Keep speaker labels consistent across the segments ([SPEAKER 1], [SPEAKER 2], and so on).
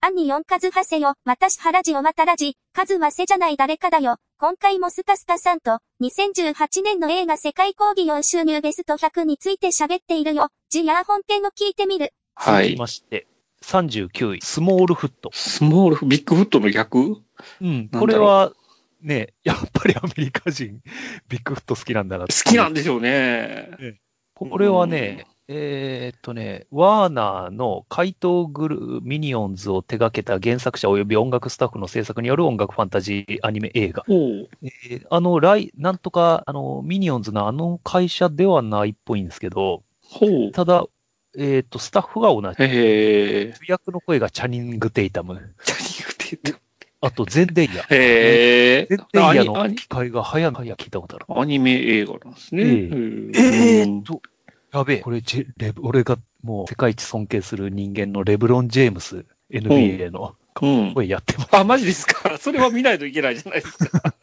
[SPEAKER 1] 兄四カズハセよ、またしはらじおまたらじ、カズはせじゃない誰かだよ。今回もスタスタさんと、2018年の映画世界講義4収入ベスト100について喋っているよ。ジヤー本編を聞いてみる。
[SPEAKER 2] は
[SPEAKER 3] 続き
[SPEAKER 2] い。
[SPEAKER 3] まして、39位、スモールフット。
[SPEAKER 2] スモールフ、ビッグフットの逆
[SPEAKER 3] うん、
[SPEAKER 2] ろう
[SPEAKER 3] これは、ね、やっぱりアメリカ人、ビッグフット好きなんだな
[SPEAKER 2] 好きなんんでしょうね。
[SPEAKER 3] これはね、えーっとね、ワーナーの怪盗グルミニオンズを手掛けた原作者及び音楽スタッフの制作による音楽ファンタジーアニメ映画。
[SPEAKER 2] おう
[SPEAKER 3] えーあの、来、なんとか、あの、ミニオンズのあの会社ではないっぽいんですけど、
[SPEAKER 2] ほう。
[SPEAKER 3] ただ、えーっと、スタッフが同じ。
[SPEAKER 2] へえ。
[SPEAKER 3] 主役の声がチャニング・テイタム。
[SPEAKER 2] ジャニーグテイト
[SPEAKER 3] あと、ゼンデイヤ。
[SPEAKER 2] へえ。
[SPEAKER 3] ゼンデイヤ
[SPEAKER 2] アニア
[SPEAKER 3] の
[SPEAKER 2] ニ
[SPEAKER 3] 機会が早々聞いたことある。
[SPEAKER 2] アニメ映画なんですね。
[SPEAKER 3] ええ
[SPEAKER 2] うん
[SPEAKER 3] え
[SPEAKER 2] う
[SPEAKER 3] ー
[SPEAKER 2] ん
[SPEAKER 3] っと、やべえ。これジェレブ、俺がもう世界一尊敬する人間のレブロン・ジェームス、NBA の
[SPEAKER 2] うん。
[SPEAKER 3] 声やってます。
[SPEAKER 2] あ、マジですか。 それは見ないといけないじゃないですか。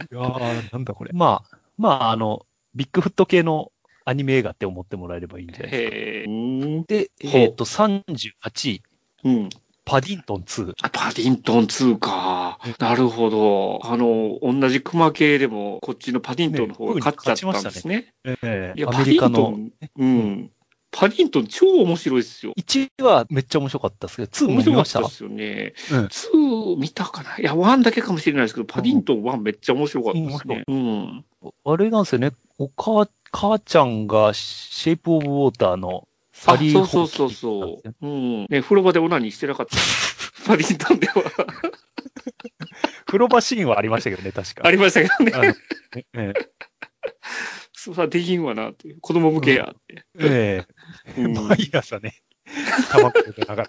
[SPEAKER 3] いやー、なんだこれ。まあ、まあ、あの、ビッグフット系のアニメ映画って思ってもらえればいいんじゃないですか。
[SPEAKER 2] へえ。うん
[SPEAKER 3] で、
[SPEAKER 2] ほう
[SPEAKER 3] えーっと、38位、
[SPEAKER 2] うん。
[SPEAKER 3] パディントン2。
[SPEAKER 2] あパディントン2か。なるほど。あの、同じ熊系でも、こっちのパディントンの方が勝っちゃったんですね。
[SPEAKER 3] え
[SPEAKER 2] いや、
[SPEAKER 3] ア
[SPEAKER 2] パ
[SPEAKER 3] メ
[SPEAKER 2] デ
[SPEAKER 3] リ
[SPEAKER 2] ィ
[SPEAKER 3] カ
[SPEAKER 2] ント
[SPEAKER 3] の。
[SPEAKER 2] ン、うん。パディントン超面白いですよ。
[SPEAKER 3] 1はめっちゃ面白かったですけど、2も
[SPEAKER 2] 面
[SPEAKER 3] 見
[SPEAKER 2] 白か
[SPEAKER 3] ま
[SPEAKER 2] っ
[SPEAKER 3] した
[SPEAKER 2] た
[SPEAKER 3] う
[SPEAKER 2] ですよね。
[SPEAKER 3] うん
[SPEAKER 2] 2見たかないや、1だけかもしれないですけど、パディントン1めっちゃ面白かったですね。うん。
[SPEAKER 3] あれなんですよね。お母、母ちゃんがシェイプオブウォーターのサリー
[SPEAKER 2] あそうそうそう
[SPEAKER 3] ホーキンだったんですよね
[SPEAKER 2] そう。うん。ね、風呂場でオナニーしてなかった。 パディントンでは
[SPEAKER 3] 風呂場シーンはありましたけどね、確か。
[SPEAKER 2] ありましたけど
[SPEAKER 3] あ
[SPEAKER 2] ね。
[SPEAKER 3] のええ
[SPEAKER 2] そうさ、できんわなっていう。子供向けやって。
[SPEAKER 3] ええ
[SPEAKER 2] うん
[SPEAKER 3] 毎朝ね、タバコ吸いながら。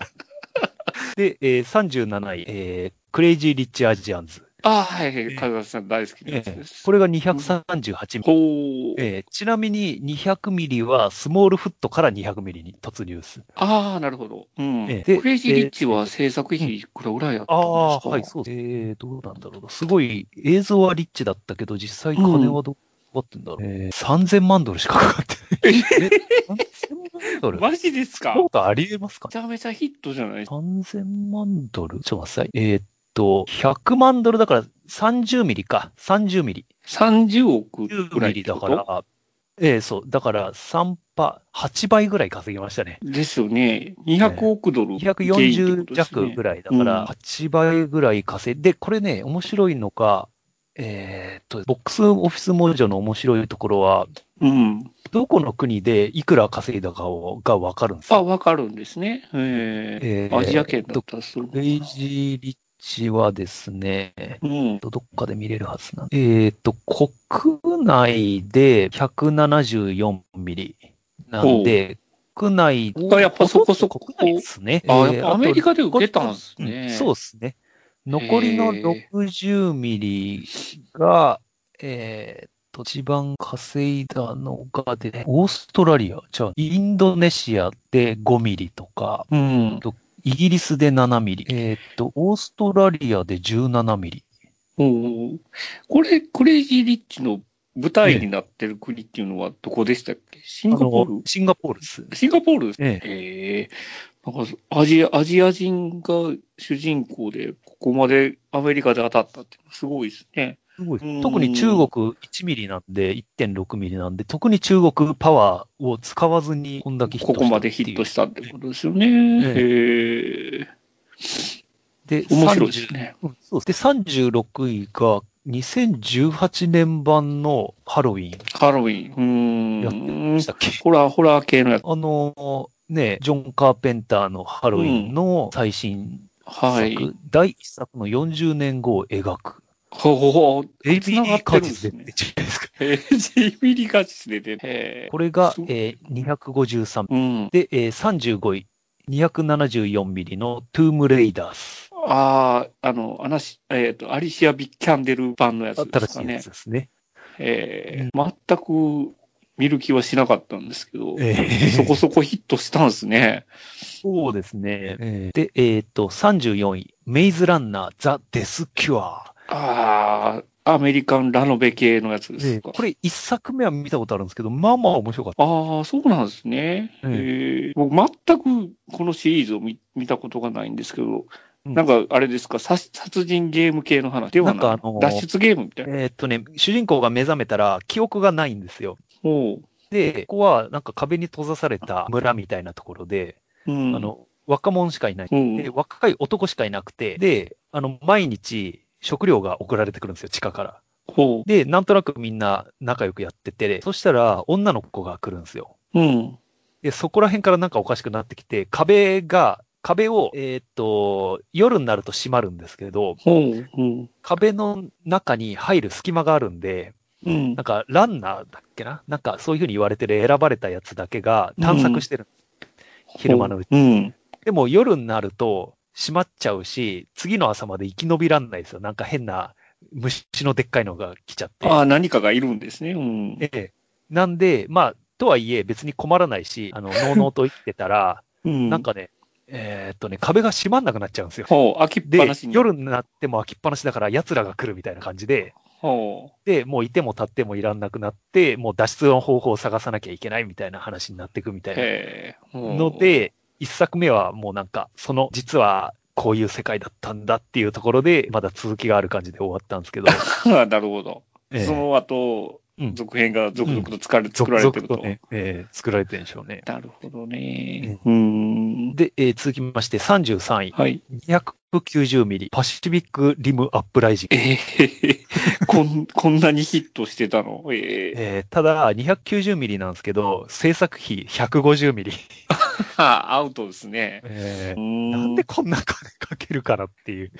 [SPEAKER 3] で、えー、37位、えークレイジー・リッチ・アジアンズ。
[SPEAKER 2] ああ、はいはい。金沢さん大好きなや
[SPEAKER 3] え
[SPEAKER 2] つ
[SPEAKER 3] え
[SPEAKER 2] です。
[SPEAKER 3] これが238ミリ。
[SPEAKER 2] ほう。
[SPEAKER 3] ええちなみに200ミリはスモールフットから200ミリに突入する。
[SPEAKER 2] ああ、なるほど。うん。
[SPEAKER 3] ええ
[SPEAKER 2] クレイジーリッチは制作費いくらぐらいやったん
[SPEAKER 3] ああ、は
[SPEAKER 2] で
[SPEAKER 3] い、
[SPEAKER 2] すか
[SPEAKER 3] そうです。ええどうなんだろうな。すごい、映像はリッチだったけど、実際金はどうかかってんだろう。ええ3000万ドルしかかかってない。え3000万ドル
[SPEAKER 2] マジですか
[SPEAKER 3] そうとありえますか
[SPEAKER 2] めちゃめちゃヒットじゃない
[SPEAKER 3] 3000万ドルちょっと待ってください。えーっと、100万ドルだから30ミリか。30ミリ。
[SPEAKER 2] ?30 億ぐ
[SPEAKER 3] 10
[SPEAKER 2] らい
[SPEAKER 3] ミ
[SPEAKER 2] っ
[SPEAKER 3] リ
[SPEAKER 2] て
[SPEAKER 3] だ
[SPEAKER 2] こ
[SPEAKER 3] か
[SPEAKER 2] と
[SPEAKER 3] ら、ええそう。だから3パ、8倍ぐらい稼ぎましたね。
[SPEAKER 2] ですよね。200億ドル原因ってこと
[SPEAKER 3] 240
[SPEAKER 2] ですね。
[SPEAKER 3] 弱ぐらいだから、
[SPEAKER 2] うん
[SPEAKER 3] 8倍ぐらい稼いで、これね、面白いのが、えーっと、ボックスオフィスモージョの面白いところは、
[SPEAKER 2] うん。
[SPEAKER 3] どこの国でいくら稼いだかをがわかるんです
[SPEAKER 2] あ、
[SPEAKER 3] よ。
[SPEAKER 2] わかるんですね。え
[SPEAKER 3] え
[SPEAKER 2] え
[SPEAKER 3] え
[SPEAKER 2] アジア圏だったらするの
[SPEAKER 3] クレイジーリッチはですね、
[SPEAKER 2] うん。
[SPEAKER 3] どっかで見れるはずなんえっ、と、国内で174ミリなんで、国内
[SPEAKER 2] あやっぱそこそこ
[SPEAKER 3] ほとんど国内ですね。
[SPEAKER 2] あ、
[SPEAKER 3] え
[SPEAKER 2] やっ
[SPEAKER 3] ー
[SPEAKER 2] ぱアメリカで受けたんです
[SPEAKER 3] うん
[SPEAKER 2] ね。
[SPEAKER 3] そうですね。残りの60ミリが、えっ、と、一番稼いだのがで、オーストラリア、じゃあ、インドネシアで5ミリとか、
[SPEAKER 2] うん。
[SPEAKER 3] イギリスで7ミリ、えっ、と、オーストラリアで17ミリ。
[SPEAKER 2] うん。これ、クレイジーリッチの舞台になってる国っていうのはどこでしたっけシンガポー
[SPEAKER 3] あのシンガポールです。
[SPEAKER 2] ルシンガポールですね
[SPEAKER 3] え
[SPEAKER 2] え
[SPEAKER 3] え。
[SPEAKER 2] えなんかアジア、アジア人が主人公で、ここまでアメリカで当たったって、すごいですね。
[SPEAKER 3] すごい
[SPEAKER 2] うん
[SPEAKER 3] 特に中国1ミリなんで、1.6ミリなんで、特に中国パワーを使わずに、こんだけヒッ
[SPEAKER 2] こ
[SPEAKER 3] トした
[SPEAKER 2] こまでヒットしたってことですよね。へえ
[SPEAKER 3] ていうで、
[SPEAKER 2] 面白いです
[SPEAKER 3] 30
[SPEAKER 2] ね。
[SPEAKER 3] うんそうですで36位が、2018年版のハロウィン
[SPEAKER 2] ハロウィ
[SPEAKER 3] やって
[SPEAKER 2] ン。う
[SPEAKER 3] で
[SPEAKER 2] ん
[SPEAKER 3] し。たっけ、
[SPEAKER 2] ホラー、ホラー系のやつ。
[SPEAKER 3] あのーね、ジョン・カーペンターのハロウィンの最新作、
[SPEAKER 2] はい。
[SPEAKER 3] 第1作の40年後を描く。
[SPEAKER 2] ほうほうほう。
[SPEAKER 3] エビ
[SPEAKER 2] 繋がって
[SPEAKER 3] カ
[SPEAKER 2] るんで
[SPEAKER 3] ジス
[SPEAKER 2] す
[SPEAKER 3] で
[SPEAKER 2] ね
[SPEAKER 3] 出。てるじゃないですか。
[SPEAKER 2] へえジミリガチスで出てへえ
[SPEAKER 3] これが
[SPEAKER 2] そう、
[SPEAKER 3] えー、253
[SPEAKER 2] うん。
[SPEAKER 3] で、えー35位、274ミリのトゥームレイダース。
[SPEAKER 2] ああ、あの、アナシ、えっ、と、アリシア・ビッキャンデル版のやつで
[SPEAKER 3] 新
[SPEAKER 2] す
[SPEAKER 3] し
[SPEAKER 2] か
[SPEAKER 3] いや
[SPEAKER 2] ね
[SPEAKER 3] つ。ですね。
[SPEAKER 2] えー全く見る気はしなかったんですけど、
[SPEAKER 3] え
[SPEAKER 2] そこそこヒットしたんですね。
[SPEAKER 3] そうですね。で、えっ、と、34位、メイズランナー、ザ・デス・キュア。
[SPEAKER 2] ああ、アメリカンラノベ系のやつです
[SPEAKER 3] で、
[SPEAKER 2] か。
[SPEAKER 3] これ一作目は見たことあるんですけど、まあまあ面白かっ
[SPEAKER 2] ああ、そうなんですね。
[SPEAKER 3] うん
[SPEAKER 2] えー、僕、全くこのシリーズを見見たことがないんですけど、
[SPEAKER 3] うん
[SPEAKER 2] なんかあれですか、殺殺人ゲーム系の話ではな
[SPEAKER 3] ないんかあのー
[SPEAKER 2] 脱出ゲームみたい
[SPEAKER 3] た。
[SPEAKER 2] な。
[SPEAKER 3] えーっとね、主人公が目覚めたら記憶がないんですよ。
[SPEAKER 2] おう
[SPEAKER 3] で、ここはなんか壁に閉ざされた村みたいなところで、
[SPEAKER 2] うん、
[SPEAKER 3] あの、若者しかいない。
[SPEAKER 2] うん、
[SPEAKER 3] で、若い男しかいなくて、で、あの、毎日食料が送られてくるんですよ、地下から。
[SPEAKER 2] ほ
[SPEAKER 3] で、なんとなくみんな仲良くやってて、そしたら女の子が来るんですよ。
[SPEAKER 2] う。うん。
[SPEAKER 3] で、そこら辺からなんかおかしくなってきて、壁が、壁を、えーっと、夜になると閉まるんですけど、
[SPEAKER 2] ほう。うん。
[SPEAKER 3] 壁の中に入る隙間があるんで、
[SPEAKER 2] うん
[SPEAKER 3] なん。かランナーだっけななんかそういうふうに言われてる選ばれたやつだけが探索してる。昼間のうち。
[SPEAKER 2] うん。
[SPEAKER 3] でも夜になると閉まっちゃうし、次の朝まで生き延びらんないですよ。なんか変な虫のでっかいのが来ちゃって。
[SPEAKER 2] ああ、何かがいるんですね。うん。
[SPEAKER 3] ええなんで、まあ、とはいえ別に困らないし、 あの、のうのうと生きてたら、
[SPEAKER 2] うん、
[SPEAKER 3] なん、かね、えーっとね、壁が閉まんなくなっちゃうんですよ。
[SPEAKER 2] ほう、開きっぱ
[SPEAKER 3] で
[SPEAKER 2] なし、に。
[SPEAKER 3] 夜になっても開きっぱなしだから奴らが来るみたいな感じで、
[SPEAKER 2] ほ
[SPEAKER 3] で、もういても立ってもいらんなくなって、もう脱出の方法を探さなきゃいけないみたいな話になっていくみた
[SPEAKER 2] う。
[SPEAKER 3] いな
[SPEAKER 2] へえ。ほう
[SPEAKER 3] の、で、一作目はもうなんか、その実はこういう世界だったんだっていうところで、まだ続きがある感じで終わったんです けど、
[SPEAKER 2] なるほど。
[SPEAKER 3] ええ
[SPEAKER 2] その後、
[SPEAKER 3] うん
[SPEAKER 2] 続編が続々と作られ,、
[SPEAKER 3] 続
[SPEAKER 2] 作られてる
[SPEAKER 3] 々
[SPEAKER 2] と。
[SPEAKER 3] とね、ええ作られてるんでしょうね。
[SPEAKER 2] なるほどね。うん。
[SPEAKER 3] で、えー続きまして33位、
[SPEAKER 2] はい。
[SPEAKER 3] 290ミリ、パシフィックリムアップライジング。
[SPEAKER 2] ええ こん、こんなにヒットしてたのええ
[SPEAKER 3] えーただ、290ミリなんですけど、制作費150ミリ。
[SPEAKER 2] あアウトですね。
[SPEAKER 3] え
[SPEAKER 2] う
[SPEAKER 3] ー
[SPEAKER 2] ん
[SPEAKER 3] なんでこんな金かけるからっていう。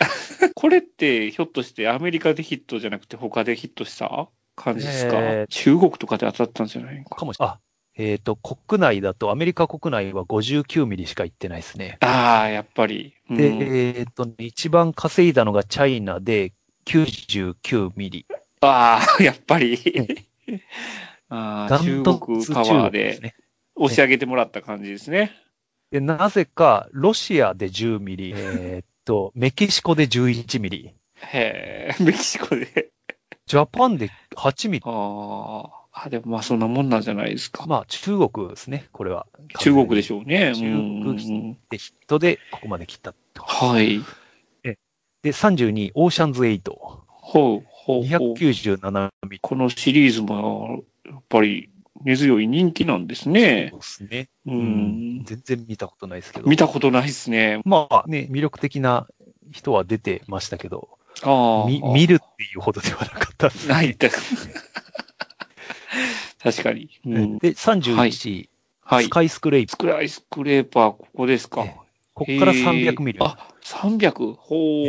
[SPEAKER 2] これって、ひょっとしてアメリカでヒットじゃなくて、他でヒットした感じですか、
[SPEAKER 3] えー
[SPEAKER 2] 中国とかで当たったんじゃないの
[SPEAKER 3] か
[SPEAKER 2] か。
[SPEAKER 3] もしあ、えっ、と、国内だと、アメリカ国内は59ミリしか行ってないですね。
[SPEAKER 2] ああ、やっぱり。うん
[SPEAKER 3] で、えっ、と、一番稼いだのがチャイナで99ミリ。
[SPEAKER 2] ああ、 やっぱり。ああ、
[SPEAKER 3] ダ
[SPEAKER 2] 中
[SPEAKER 3] ント
[SPEAKER 2] 国
[SPEAKER 3] ツ
[SPEAKER 2] パワー
[SPEAKER 3] で
[SPEAKER 2] です
[SPEAKER 3] ね。
[SPEAKER 2] 押し上げてもらった感じですね。
[SPEAKER 3] で、なぜか、ロシアで10ミリ、えっ、と、メキシコで11ミリ、
[SPEAKER 2] へえ、メキシコで。
[SPEAKER 3] ジャパンで8ミリ。
[SPEAKER 2] ああ、あでもまあそんなもんなんじゃないですか。
[SPEAKER 3] まあ、中国ですね、これは。
[SPEAKER 2] 中国で
[SPEAKER 3] し
[SPEAKER 2] しょうね。
[SPEAKER 3] 中国
[SPEAKER 2] うんうんうん
[SPEAKER 3] でヒットで、ここまで来たと。
[SPEAKER 2] はい。
[SPEAKER 3] で、32、オーシャンズ8。
[SPEAKER 2] ほう、ほう、ほう。
[SPEAKER 3] 297ミリ
[SPEAKER 2] このシリーズも、やっぱり根強い人気なんですね
[SPEAKER 3] そ。うですね。
[SPEAKER 2] う
[SPEAKER 3] うんん。全然見たことないですけど。
[SPEAKER 2] 見たことないですね。
[SPEAKER 3] まあね、魅力的な人は出てましたけど、
[SPEAKER 2] ああ。
[SPEAKER 3] み見るっていうほどではなかったですね。
[SPEAKER 2] ない って。確かに。うん。
[SPEAKER 3] で、31、
[SPEAKER 2] はいはい
[SPEAKER 3] ス。カイスクレイプ。
[SPEAKER 2] スクライスクレーパー、ここですか。
[SPEAKER 3] えこっから300ミリ
[SPEAKER 2] へー。あ、300。ほ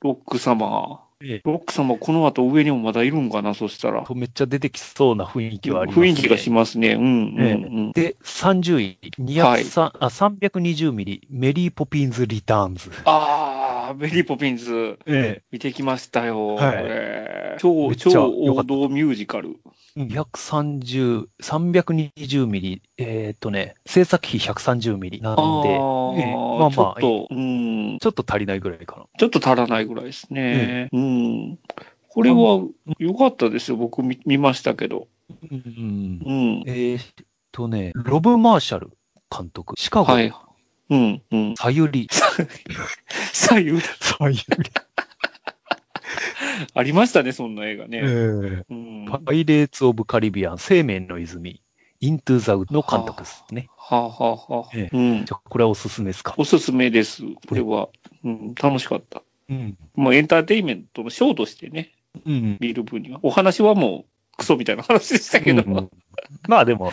[SPEAKER 2] う、ロック様。
[SPEAKER 3] ええ
[SPEAKER 2] ロック様、この後上にもまだいるんかな、そしたら。
[SPEAKER 3] とめっちゃ出てきそうな雰囲気はあります、ね。
[SPEAKER 2] 雰囲気がしますね。うん、うん、
[SPEAKER 3] ええ
[SPEAKER 2] うん。
[SPEAKER 3] で、30位、203
[SPEAKER 2] はい
[SPEAKER 3] あ320ミリ、メリーポピンズ・リターンズ。
[SPEAKER 2] ああ、メリーポピンズ、
[SPEAKER 3] え
[SPEAKER 2] 見てきましたよ。
[SPEAKER 3] はい
[SPEAKER 2] えー
[SPEAKER 3] め
[SPEAKER 2] 超、
[SPEAKER 3] っちゃ
[SPEAKER 2] 超
[SPEAKER 3] 良か
[SPEAKER 2] 王
[SPEAKER 3] った
[SPEAKER 2] 道ミュージカル。
[SPEAKER 3] え230、320ミリ、えっ、とね、制作費130ミリなんで、
[SPEAKER 2] ー
[SPEAKER 3] ええまあ
[SPEAKER 2] ちょ
[SPEAKER 3] ま
[SPEAKER 2] っ
[SPEAKER 3] あ、
[SPEAKER 2] と、うん、
[SPEAKER 3] ちょっと足りないぐらいかな。
[SPEAKER 2] ちょっと足らないぐらいですね。うん。これは良かったですよ。僕見見ましたけど。
[SPEAKER 3] うん
[SPEAKER 2] うん。
[SPEAKER 3] えーっとね、ロブ・マーシャル監督、シカゴ、
[SPEAKER 2] はい。うん、うん。
[SPEAKER 3] さゆり、
[SPEAKER 2] 左右。
[SPEAKER 3] さゆり、
[SPEAKER 2] ありましたね、そんな映画
[SPEAKER 3] え
[SPEAKER 2] ね。
[SPEAKER 3] ー
[SPEAKER 2] うん、は
[SPEAKER 3] パイレーツ・オブ・カリビアン、生命の泉、イントゥ・ザ・ウッドの監督ですね。
[SPEAKER 2] あ、はあはあ
[SPEAKER 3] え
[SPEAKER 2] うん
[SPEAKER 3] じ。ゃあこれはおすすめですか。
[SPEAKER 2] おすすめです。これは、うん、楽しかった。
[SPEAKER 3] うん。
[SPEAKER 2] もうエンターテインメントのショーとしてね、
[SPEAKER 3] うん。
[SPEAKER 2] 見る分には。お話はもうクソみたいな話でしたけど、
[SPEAKER 3] うんまあ でも、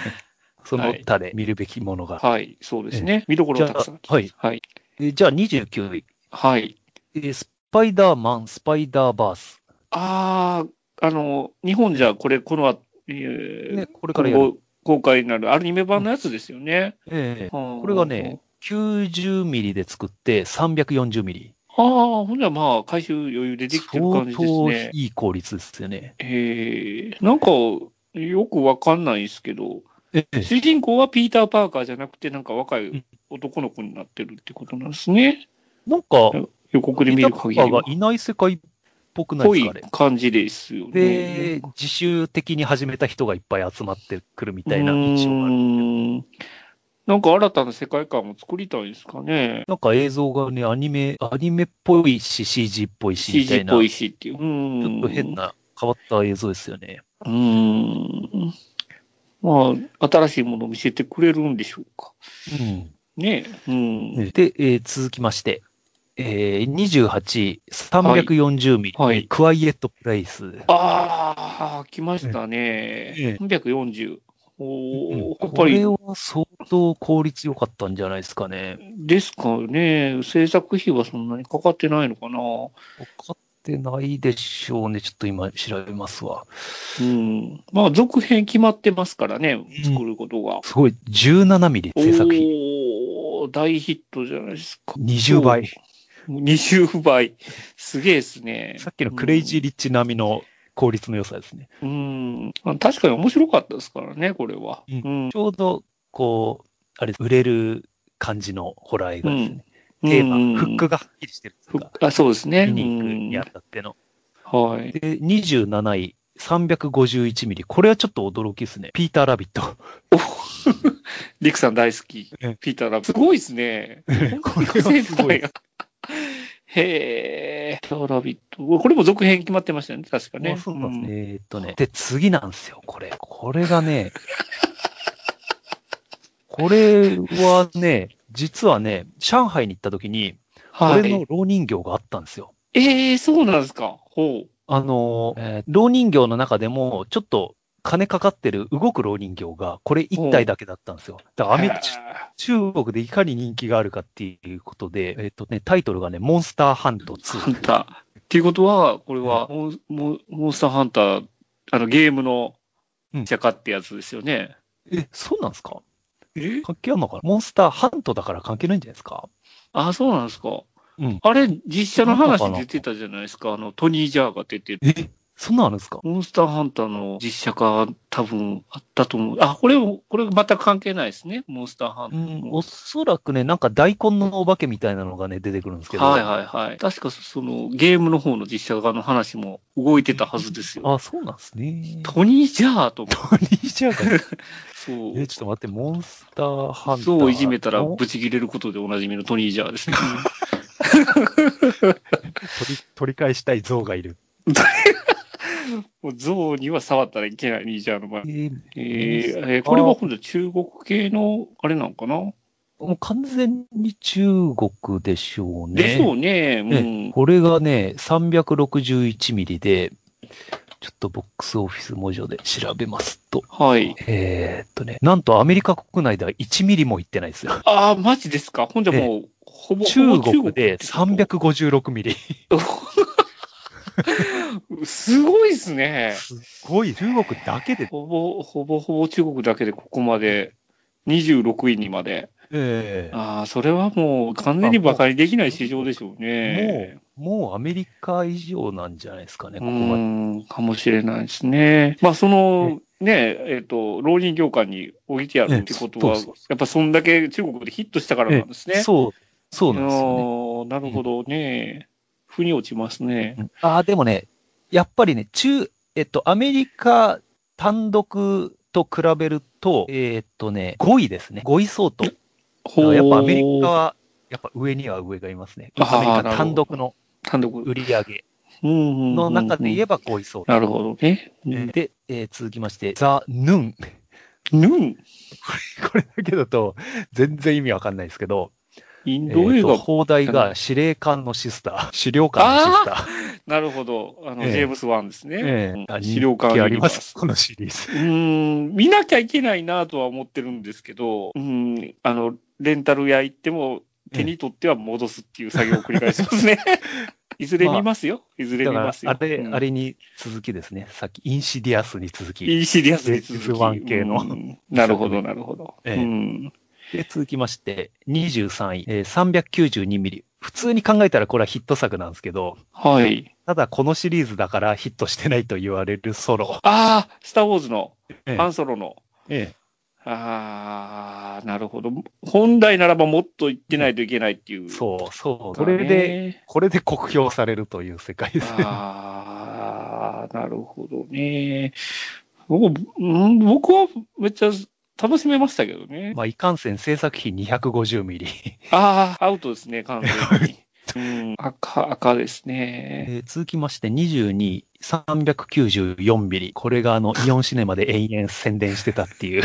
[SPEAKER 3] その
[SPEAKER 2] はい
[SPEAKER 3] 他で見るべきものが。
[SPEAKER 2] はい、そうですね。見どころ
[SPEAKER 3] じ
[SPEAKER 2] は
[SPEAKER 3] ゃ
[SPEAKER 2] たくさん。
[SPEAKER 3] あ、はい。
[SPEAKER 2] はい。
[SPEAKER 3] えーじゃあ29位、
[SPEAKER 2] はい。
[SPEAKER 3] えースパイダーマン、スパイダーバース。
[SPEAKER 2] ああ、あの、日本じゃこれ、この後、えー
[SPEAKER 3] ね、これから
[SPEAKER 2] 今
[SPEAKER 3] やる。
[SPEAKER 2] 後公開になるアニメ版のやつですよね。
[SPEAKER 3] えー
[SPEAKER 2] こ
[SPEAKER 3] これがね、、90ミリで作って340ミリ。
[SPEAKER 2] ああ、ほんじゃまあ、回収余裕でできてる感じです
[SPEAKER 3] 相当
[SPEAKER 2] ね。
[SPEAKER 3] いい効率ですよね。
[SPEAKER 2] えー、なんか、よくわかんないですけど、
[SPEAKER 3] ええ
[SPEAKER 2] 主人公はピーター・パーカーじゃなくて、なんか若い男の子になってるってことなんですね。
[SPEAKER 3] なんか、
[SPEAKER 2] 予告で見る限り
[SPEAKER 3] ピーターパ
[SPEAKER 2] は
[SPEAKER 3] ー。がいない世界っぽくない
[SPEAKER 2] 濃
[SPEAKER 3] ですか、
[SPEAKER 2] い
[SPEAKER 3] あれ。
[SPEAKER 2] 感じですよね。
[SPEAKER 3] で、自主的に始めた人がいっぱい集まってくるみたいな印象があ
[SPEAKER 2] う
[SPEAKER 3] る。
[SPEAKER 2] ーんなんか新たな世界観を作りたいんですかね。
[SPEAKER 3] なんか映像がね、アニメ、アニメっぽいし、CG っぽいし、みた
[SPEAKER 2] CG
[SPEAKER 3] い
[SPEAKER 2] っ
[SPEAKER 3] な、ち
[SPEAKER 2] ぽ
[SPEAKER 3] ょ
[SPEAKER 2] い
[SPEAKER 3] っ
[SPEAKER 2] しっていう。う
[SPEAKER 3] と変
[SPEAKER 2] ん。
[SPEAKER 3] な変わった映像ですよね。
[SPEAKER 2] うん。まあ、新しいものを見せてくれるんでしょうか。
[SPEAKER 3] うん。
[SPEAKER 2] ねえ。うん。
[SPEAKER 3] で、えー続きまして、えー、28位、340ミリ、
[SPEAKER 2] はい
[SPEAKER 3] クワイエットプレイス。
[SPEAKER 2] ああ、来ましたね。
[SPEAKER 3] ええ
[SPEAKER 2] 340。おお、やっ
[SPEAKER 3] こ
[SPEAKER 2] ぱ
[SPEAKER 3] れ
[SPEAKER 2] り、
[SPEAKER 3] は相当効率良かったんじゃないですかね。
[SPEAKER 2] ですかね。制作費はそんなにかかってないのかな。
[SPEAKER 3] 分かってないでしょうね。ちょっと今調べますわ。
[SPEAKER 2] うん。まあ、続編決まってますからね、作ることが。
[SPEAKER 3] すごい、17ミリ制作費。
[SPEAKER 2] おお、大ヒットじゃないですか。
[SPEAKER 3] 20倍。
[SPEAKER 2] 20倍。すげえですね。
[SPEAKER 3] さっきのクレイジーリッチ並みの効率の良さですね。
[SPEAKER 2] うん。うん確かに面白かったですからね、これは。
[SPEAKER 3] うん
[SPEAKER 2] うん
[SPEAKER 3] ちょうど、こう、あれ、売れる感じのホラー映画ですね。
[SPEAKER 2] うん
[SPEAKER 3] テーマ、
[SPEAKER 2] うん
[SPEAKER 3] フックがはっきりしてると
[SPEAKER 2] ふっ
[SPEAKER 3] か、
[SPEAKER 2] あ、そうですね。
[SPEAKER 3] 見に行くにあたっての。
[SPEAKER 2] うんはい。
[SPEAKER 3] で、27位、351ミリ。これはちょっと驚きですね。ピーター・ラビット。
[SPEAKER 2] リクさん大好き
[SPEAKER 3] え。
[SPEAKER 2] ピーターラブ。すごいですね。
[SPEAKER 3] これはすごいで。
[SPEAKER 2] へえ。ピーターラビット。これも続編決まってましたよね、確かね。
[SPEAKER 3] あそうなんです
[SPEAKER 2] うん
[SPEAKER 3] ね。えーっとね。で、次なんですよ、これ。これがね、 これはね、実はね、上海に行った時に、
[SPEAKER 2] は
[SPEAKER 3] 俺の
[SPEAKER 2] い。
[SPEAKER 3] 老人形があったんですよ。
[SPEAKER 2] ええ、そうなんですか。ほう。
[SPEAKER 3] あの、えー老人形の中でも、ちょっと金かかってる動く老人形が、これ1体だけだったんですよ。だからアメ、中国でいかに人気があるかっていうことで、えーっとね、タイトルがね、モンスターハント
[SPEAKER 2] ハン
[SPEAKER 3] 2。
[SPEAKER 2] ター。っていうことは、これはモン、モンモンスターハンター、あの、ゲームの
[SPEAKER 3] うん
[SPEAKER 2] 釈迦ってやつですよね。
[SPEAKER 3] え、そうなんですか
[SPEAKER 2] え
[SPEAKER 3] 関係あるのかなモンスターハントだから関係ないんじゃないですか
[SPEAKER 2] あ、そうなんですか。
[SPEAKER 3] うん
[SPEAKER 2] あれ、実写の話
[SPEAKER 3] そうなのかな
[SPEAKER 2] 出てたじゃないですか。あの、トニー・ジャーが出てる。
[SPEAKER 3] えそんなんあるんですか
[SPEAKER 2] モンスターハンターの実写化、多分あったと思う。あ、これも、これ全く関係ないですね。モンスターハン
[SPEAKER 3] う
[SPEAKER 2] ター。
[SPEAKER 3] ん、おそらくね、なんか大根のお化けみたいなのがね、出てくるんですけど。
[SPEAKER 2] はいはいはい。確かそのゲームの方の実写化の話も動いてたはずですよ。
[SPEAKER 3] あ、そうなんですね。ト
[SPEAKER 2] トニー・ジャーと思う。
[SPEAKER 3] ニージャーが。
[SPEAKER 2] そう。
[SPEAKER 3] え、ちょっと待って、モンスターハンター。
[SPEAKER 2] そういじめたらブチ切れることでおなじみのトニー・ジャーですね。
[SPEAKER 3] 取り取り返したい像がいる。
[SPEAKER 2] もう象には触ったらいけない、ニージャーの前
[SPEAKER 3] え。ー
[SPEAKER 2] えーえーこれは今度中国系のあれなのかな、
[SPEAKER 3] もう完全に中国でしょうね。
[SPEAKER 2] でしょうね。う
[SPEAKER 3] ね
[SPEAKER 2] ん。
[SPEAKER 3] これがね、361ミリで、ちょっとボックスオフィス文書で調べますと、
[SPEAKER 2] はい。
[SPEAKER 3] えーっとね、なんとアメリカ国内では1ミリもいってないですよ。
[SPEAKER 2] ああ、マジですか。ほんじゃもう、ほぼ、ほ
[SPEAKER 3] 中
[SPEAKER 2] ぼ
[SPEAKER 3] 国で
[SPEAKER 2] ってこと。
[SPEAKER 3] 356ミリ。
[SPEAKER 2] すごいですね。
[SPEAKER 3] すごい、中国だけで。
[SPEAKER 2] ほぼ、ほぼほぼ中国だけでここまで、26位にまで。
[SPEAKER 3] ええ
[SPEAKER 2] ああ、それはもう完全に馬鹿にできない市場でしょうね。
[SPEAKER 3] もう、もうアメリカ以上なんじゃないですかね、こ
[SPEAKER 2] う
[SPEAKER 3] こまで。
[SPEAKER 2] ん、かもしれないですね。まあ、その、ね、えっ、と、浪人業界に置いてあるってことは、
[SPEAKER 3] ええそうそう
[SPEAKER 2] やっぱそんだけ中国でヒットしたからなんですね。
[SPEAKER 3] そう、そうなんですよね。
[SPEAKER 2] よ、なるほどね。腑に落ちますね。
[SPEAKER 3] うんああ、でもね、やっぱりね、中、えっと、アメリカ単独と比べると、えーっとね、5位ですね。5位相当。だからやっぱアメリカ
[SPEAKER 2] ほう
[SPEAKER 3] は、やっぱ上には上がいますね。
[SPEAKER 2] あー
[SPEAKER 3] アメリカ単独の
[SPEAKER 2] 単独
[SPEAKER 3] 売り上げ
[SPEAKER 2] の
[SPEAKER 3] の中で言え
[SPEAKER 2] ば。
[SPEAKER 3] ば5位相当。
[SPEAKER 2] なるほどね。うん
[SPEAKER 3] で、えー続きまして、ザ・ヌン。
[SPEAKER 2] ヌン、
[SPEAKER 3] これだけだと、全然意味わかんないですけど、
[SPEAKER 2] インド映画
[SPEAKER 3] えーと放題が司令官のシスター、資料館のシスター。
[SPEAKER 2] なるほど。あの、
[SPEAKER 3] ええ
[SPEAKER 2] ジェームス・ワンですね。
[SPEAKER 3] え
[SPEAKER 2] うん
[SPEAKER 3] ー
[SPEAKER 2] 資料館
[SPEAKER 3] 人気あ
[SPEAKER 2] ユ
[SPEAKER 3] り
[SPEAKER 2] ニバー
[SPEAKER 3] ます、
[SPEAKER 2] ス
[SPEAKER 3] このシリーズ。
[SPEAKER 2] うーん、見なきゃいけないなとは思ってるんですけど、うん、あの、レンタル屋行っても、手に取っては戻すっていう作業を繰り返します ね。いずれ見ますよ。いずれ
[SPEAKER 3] だ
[SPEAKER 2] 見
[SPEAKER 3] か
[SPEAKER 2] ますよ。
[SPEAKER 3] ら、あれ、
[SPEAKER 2] うん
[SPEAKER 3] あれに続きですね。さっき、インシディアスに続き。
[SPEAKER 2] いいシリアスに続き。
[SPEAKER 3] レッツワン系の
[SPEAKER 2] うんなるほど、なるほど。
[SPEAKER 3] ええ
[SPEAKER 2] うん。
[SPEAKER 3] で、続きまして、23位、えー392ミリ。普通に考えたらこれはヒット作なんですけど、
[SPEAKER 2] はい。
[SPEAKER 3] ただこのシリーズだからヒットしてないと言われるソロ。
[SPEAKER 2] ああ、スター・ウォーズの、
[SPEAKER 3] ええ
[SPEAKER 2] ハンソロの。
[SPEAKER 3] え
[SPEAKER 2] ああ、なるほど。本来ならばもっと行ってないといけないっていう。
[SPEAKER 3] そうそう。
[SPEAKER 2] だ
[SPEAKER 3] こ
[SPEAKER 2] ね
[SPEAKER 3] れで、。これで酷評されるという世界ですね。
[SPEAKER 2] ああ、なるほどね。僕うん僕はめっちゃ楽しめましたけどね。
[SPEAKER 3] まあ、いかんせん制作費250ミリ。
[SPEAKER 2] ああ、アウトですね、完全 に。うん、赤、赤ですね。
[SPEAKER 3] えー続きまして22位、394ミリ。これがあの、イオンシネマで延々宣伝してたっ ていう。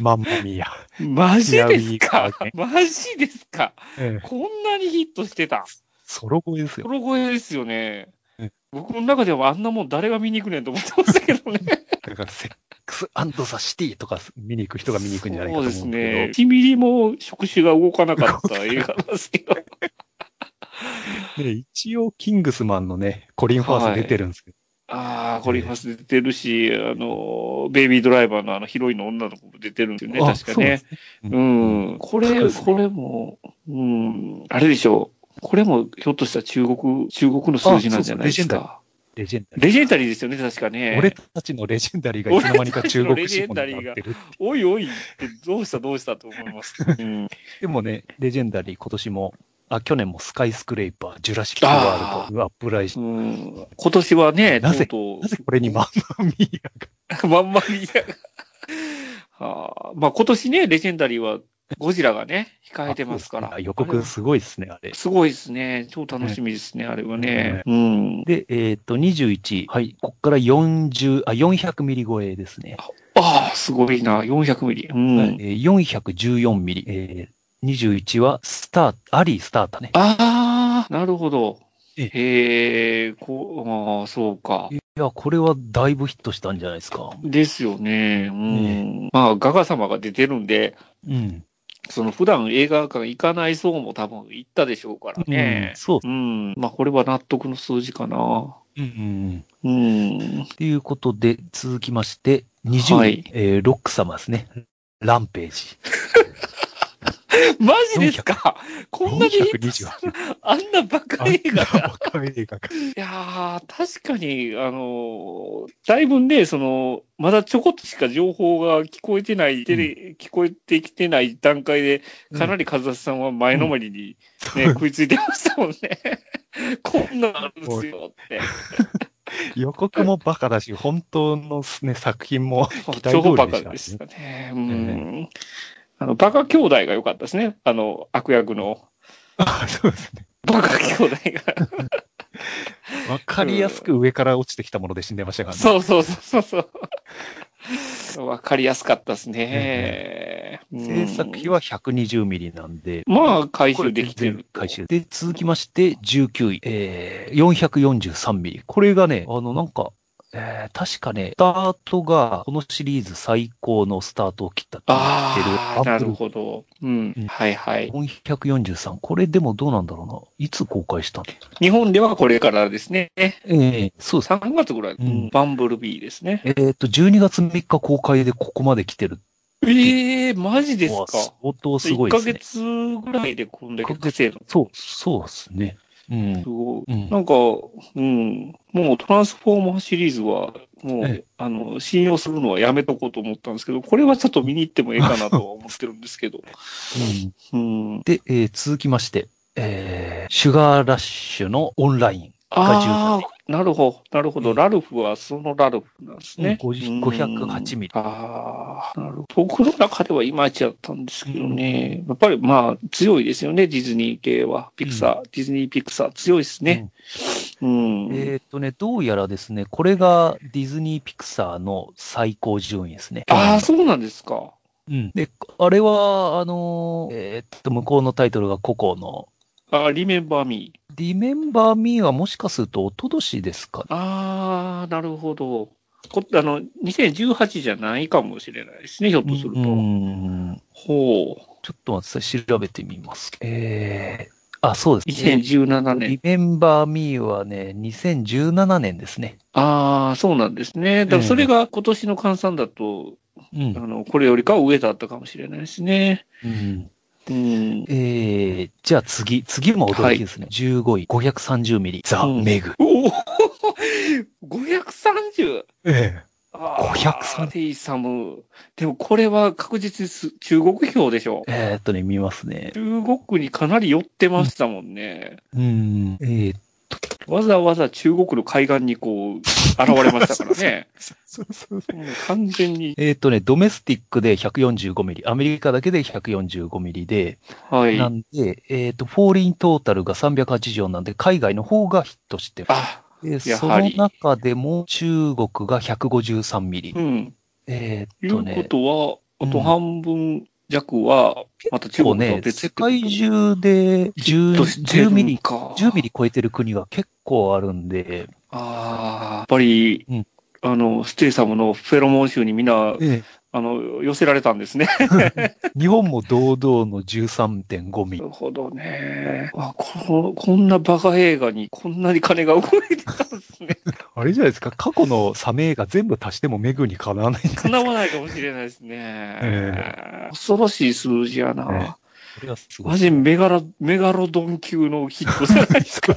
[SPEAKER 3] マンマミア。
[SPEAKER 2] マジですか
[SPEAKER 3] いやいい
[SPEAKER 2] マジですか
[SPEAKER 3] ええ
[SPEAKER 2] こんなにヒットしてた。
[SPEAKER 3] ソロ声です
[SPEAKER 2] プ
[SPEAKER 3] よ。
[SPEAKER 2] ロ声ですよね
[SPEAKER 3] え。
[SPEAKER 2] 僕の中ではあんなもん誰が見に行くねんと思ってましたけどね。
[SPEAKER 3] だから、セックスザ・シティとか見に行く人が見に行くんじゃないかと思うん
[SPEAKER 2] そう
[SPEAKER 3] だ
[SPEAKER 2] ですね。
[SPEAKER 3] け
[SPEAKER 2] 1ミリも触手が動かなかった映画なんですけど。
[SPEAKER 3] ど、で一応、キングスマンのね、コリン・ファース出てるんですけど、
[SPEAKER 2] ああ、コリンファス出てるし、あの、ベイビードライバーのあのヒロインの女の子も出てるんですよね、
[SPEAKER 3] あ
[SPEAKER 2] 確かね。
[SPEAKER 3] そう
[SPEAKER 2] う。
[SPEAKER 3] なん
[SPEAKER 2] こ
[SPEAKER 3] そう
[SPEAKER 2] れ、
[SPEAKER 3] ですね
[SPEAKER 2] これも、うん、あれでしょう。これもひょっとしたら中国、中国の数字なんじゃないですか。
[SPEAKER 3] レジェンダリー。
[SPEAKER 2] レジェンダリーですよね、確かね。
[SPEAKER 3] 俺たちのレジェンダリーがいつの間にか中国資本にな
[SPEAKER 2] 俺
[SPEAKER 3] ったてるって。
[SPEAKER 2] おいおいって、どうしたどうしたと思い ます。うん、
[SPEAKER 3] でもね、レジェンダリー今年も、あ、去年もスカイスクレイパー、ジュラシックワールド、アップライし
[SPEAKER 2] うん今年はね、
[SPEAKER 3] なぜ
[SPEAKER 2] とう
[SPEAKER 3] なぜこれにマンマミアが。
[SPEAKER 2] とう、まんまりや はあ、まあ今年ね、レジェンダリーはゴジラがね、控えてますか
[SPEAKER 3] あそう
[SPEAKER 2] ら。
[SPEAKER 3] ですね予告すごいですね、あれ。
[SPEAKER 2] すごいですね。超楽しみですね、あれはね
[SPEAKER 3] ね。
[SPEAKER 2] うん。
[SPEAKER 3] で、えっ、と、21位。はい。こっから40、あ、400ミリ超えですね。
[SPEAKER 2] ああ、すごいな。400ミリ。うん。
[SPEAKER 3] はいえー414ミリ。えー、21は、スター、アリースタータね。
[SPEAKER 2] ああ、なるほど。
[SPEAKER 3] え
[SPEAKER 2] へえ、こう、ああ、そうか。
[SPEAKER 3] いや、これはだいぶヒットしたんじゃないですか。
[SPEAKER 2] ですよね。うん。まあ、ガガ様が出てるんで、
[SPEAKER 3] うん。
[SPEAKER 2] その普段映画館行かない層も多分行ったでしょうからね
[SPEAKER 3] うん。そう。
[SPEAKER 2] うん。まあ、これは納得の数字かな。
[SPEAKER 3] うんうん。
[SPEAKER 2] うん。
[SPEAKER 3] ということで、続きまして、20位、
[SPEAKER 2] はい
[SPEAKER 3] えーロック様ですね。ランページ。
[SPEAKER 2] マジです かこんなにヒットした
[SPEAKER 3] 428
[SPEAKER 2] あんなバカ映画が。
[SPEAKER 3] 若い映画が。
[SPEAKER 2] いやー、確かに、あのーだいぶね、その、まだちょこっとしか情報が聞こえてない、テレ聞こえてきてない段階で、かなり和田さんは前のめりに、ね
[SPEAKER 3] うん
[SPEAKER 2] 食いついてました もんね。こんなんあるんですよって。
[SPEAKER 3] 予告もバカだし、本当の、ね、作品 も期待通りでした、ね。
[SPEAKER 2] 超バカでしたね。うん。あの、バカ兄弟が良かったですね。あの、悪役の。
[SPEAKER 3] あ そうですね。
[SPEAKER 2] バカ兄弟が。
[SPEAKER 3] わかりやすく上から落ちてきたもので死んでましたからね。
[SPEAKER 2] そうそうそうそうそう。わかりやすかったですね。
[SPEAKER 3] 制作費
[SPEAKER 2] は
[SPEAKER 3] は120ミリなんで。
[SPEAKER 2] まあ、回収できて
[SPEAKER 3] これ全
[SPEAKER 2] る
[SPEAKER 3] 部
[SPEAKER 2] と。
[SPEAKER 3] 回収。で、続きまして、19位。えー、443ミリ。これがね、あの、なんか、えー、確かね、スタートが、このシリーズ最高のスタートを切ったって
[SPEAKER 2] ああ、
[SPEAKER 3] 言
[SPEAKER 2] な
[SPEAKER 3] って
[SPEAKER 2] る
[SPEAKER 3] る。
[SPEAKER 2] ほど。うん
[SPEAKER 3] うん。
[SPEAKER 2] はいはい。
[SPEAKER 3] 443。これでもどうなんだろうな。いつ公開したの
[SPEAKER 2] 日本ではこれからですね。
[SPEAKER 3] ええそうです。
[SPEAKER 2] 3月ぐらい。
[SPEAKER 3] うん
[SPEAKER 2] バンブルビーですね。
[SPEAKER 3] えーっと、12月3日公開でここまで来てる
[SPEAKER 2] ええマジです
[SPEAKER 3] のは
[SPEAKER 2] か。
[SPEAKER 3] 相当す
[SPEAKER 2] 1
[SPEAKER 3] ごいで
[SPEAKER 2] ヶ
[SPEAKER 3] すね。
[SPEAKER 2] 月ぐらいでこんだけ稼いだの。
[SPEAKER 3] そう、そうですね。うん
[SPEAKER 2] す。ごい。
[SPEAKER 3] うん
[SPEAKER 2] なんか、うん、もうトランスフォーマーシリーズは、もう、
[SPEAKER 3] ええ
[SPEAKER 2] あの、信用するのはやめとこうと思ったんですけど、これはちょっと見に行ってもええかなとは思ってるんですけ ど。
[SPEAKER 3] うん
[SPEAKER 2] うん。
[SPEAKER 3] で、えー続きまして、えーシュガーラッシュのオンライン。
[SPEAKER 2] ああ、なるほど、なるほど。
[SPEAKER 3] うん
[SPEAKER 2] ラルフはそのラルフなんですね。
[SPEAKER 3] うん50 508ミリ
[SPEAKER 2] ああ、なるほど。僕の中ではいまいちだったんですけどね。やっぱりまあ、強いですよね、ディズニー系は。ピクサー、ディズニーピクサー強いですね。うん。
[SPEAKER 3] えーっとね、どうやらですね、これがディズニー・ピクサーの最高順位ですね。
[SPEAKER 2] ああ、そうなんですか。
[SPEAKER 3] うん。で、あれは、あのーえーっと、向こうのタイトルがココの、
[SPEAKER 2] あリメンバーミー。
[SPEAKER 3] リメンバー・ミーはもしかすると一昨年ですかね。
[SPEAKER 2] ああ、なるほど。こあの、2018じゃないかもしれないですね、ひょっとすると。
[SPEAKER 3] うん。
[SPEAKER 2] ほう。
[SPEAKER 3] ちょっと待ってください、調べてみます。えー、あ、そうですね。
[SPEAKER 2] 2017年。
[SPEAKER 3] リメンバー・ミーはね、2017年ですね。
[SPEAKER 2] ああ、そうなんですね。だからそれが今年の換算だと、
[SPEAKER 3] う
[SPEAKER 2] あ
[SPEAKER 3] ん。
[SPEAKER 2] の、これよりかは上だったかもしれないですね。
[SPEAKER 3] うん、
[SPEAKER 2] うん。
[SPEAKER 3] えー、じゃあ次、次も驚きですね。15位、530ミリ、ザ・
[SPEAKER 2] うん
[SPEAKER 3] メグ。
[SPEAKER 2] おお !530!
[SPEAKER 3] ええ。
[SPEAKER 2] あ
[SPEAKER 3] 530
[SPEAKER 2] ーテイサム。でもこれは確実にす中国票でしょ。
[SPEAKER 3] えーっとね、見ますね。
[SPEAKER 2] 中国にかなり寄ってましたもんね。
[SPEAKER 3] うん。えー、
[SPEAKER 2] わざわざ中国の海岸にこう、現れましたから ね。
[SPEAKER 3] そうそう
[SPEAKER 2] もう完全に。
[SPEAKER 3] えーっとね、ドメスティックで145ミリ、アメリカだけで145ミリで、
[SPEAKER 2] はい。
[SPEAKER 3] な
[SPEAKER 2] あ
[SPEAKER 3] んで、えーっと、フォーリントータルが384なんで、海外の方がヒットしてる。で
[SPEAKER 2] や
[SPEAKER 3] そ
[SPEAKER 2] は
[SPEAKER 3] の
[SPEAKER 2] り
[SPEAKER 3] 中でも中国が153ミリ
[SPEAKER 2] う。ん。
[SPEAKER 3] え
[SPEAKER 2] い
[SPEAKER 3] ーっと
[SPEAKER 2] うこ
[SPEAKER 3] ね、
[SPEAKER 2] とは、
[SPEAKER 3] うん
[SPEAKER 2] あと半分弱は、また中
[SPEAKER 3] こう
[SPEAKER 2] 国と
[SPEAKER 3] ね、
[SPEAKER 2] 別
[SPEAKER 3] 世
[SPEAKER 2] ってこと
[SPEAKER 3] 界中で10
[SPEAKER 2] としてる
[SPEAKER 3] 10ミリ
[SPEAKER 2] ん、か。
[SPEAKER 3] 10ミリ超えてる国が結構あるんで、
[SPEAKER 2] ああ、やっぱり、
[SPEAKER 3] うん
[SPEAKER 2] あの、ステイサムのフェロモン州にみんな、あの、寄せられたんですね。
[SPEAKER 3] 日本も堂々の13.5ミ
[SPEAKER 2] な
[SPEAKER 3] リ。
[SPEAKER 2] るほどね。あここんなバカ映画にこんなに金が動いてたんです ね。
[SPEAKER 3] あれじゃないですか、過去のサメが全部足してもメグにかなわない。
[SPEAKER 2] 叶わないかもしれないですね。
[SPEAKER 3] え
[SPEAKER 2] 恐ろしい数字や
[SPEAKER 3] え
[SPEAKER 2] な。
[SPEAKER 3] それはすご
[SPEAKER 2] マ
[SPEAKER 3] い。
[SPEAKER 2] ジメガラ、メガロドン級のヒットじゃないですか。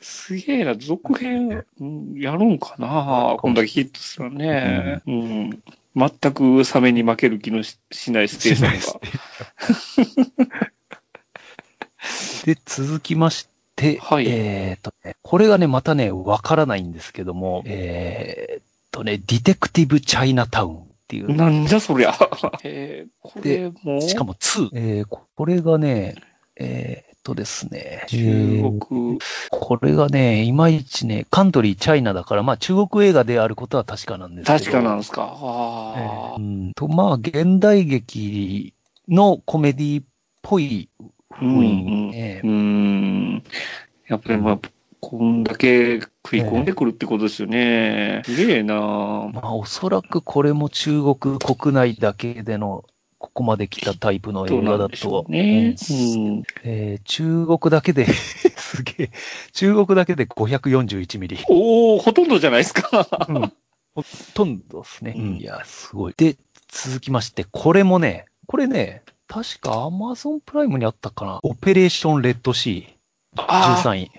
[SPEAKER 2] すげえな、続編うんやるんかな、こんだけヒットしたらね。うん。全くサメに負ける気のししないステーションが。
[SPEAKER 3] で、続きまして、
[SPEAKER 2] はい
[SPEAKER 3] えーっとね、これがね、またね、わからないんですけども、えーっとね、ディテクティブ・チャイナタウンっていう、
[SPEAKER 2] なんじゃ そりゃ。えー、これも、
[SPEAKER 3] しかも2。えーこれがね、えーっとですね、
[SPEAKER 2] 中国、
[SPEAKER 3] これがね、いまいちね、カントリー、チャイナだから、まあ中国映画であることは確かなんですけど。
[SPEAKER 2] 確かなん
[SPEAKER 3] で
[SPEAKER 2] ですか。ああ、
[SPEAKER 3] うん、と、まあ、現代劇のコメディっぽい雰囲気ね。
[SPEAKER 2] うーん。やっぱりまあ、こんだけ食い込んでくるってことですよね。すげえなぁ
[SPEAKER 3] まあ、おそらくこれも中国国内だけでの、ここまで来たタイプの
[SPEAKER 2] ど
[SPEAKER 3] 映
[SPEAKER 2] うな
[SPEAKER 3] 画
[SPEAKER 2] ん
[SPEAKER 3] だ
[SPEAKER 2] でし
[SPEAKER 3] と
[SPEAKER 2] ょ
[SPEAKER 3] は
[SPEAKER 2] うね。う
[SPEAKER 3] うん
[SPEAKER 2] ん。
[SPEAKER 3] えー中国だけで、 すげえ、中国だけで541ミリ。
[SPEAKER 2] おおほとんどじゃないですか。
[SPEAKER 3] うんほとんどですね。
[SPEAKER 2] うん
[SPEAKER 3] いや、すごい。で、続きまして、これもね、これね、確か Amazon プライムにあったかな。オペレーションレッドシー、
[SPEAKER 2] あ
[SPEAKER 3] 13位。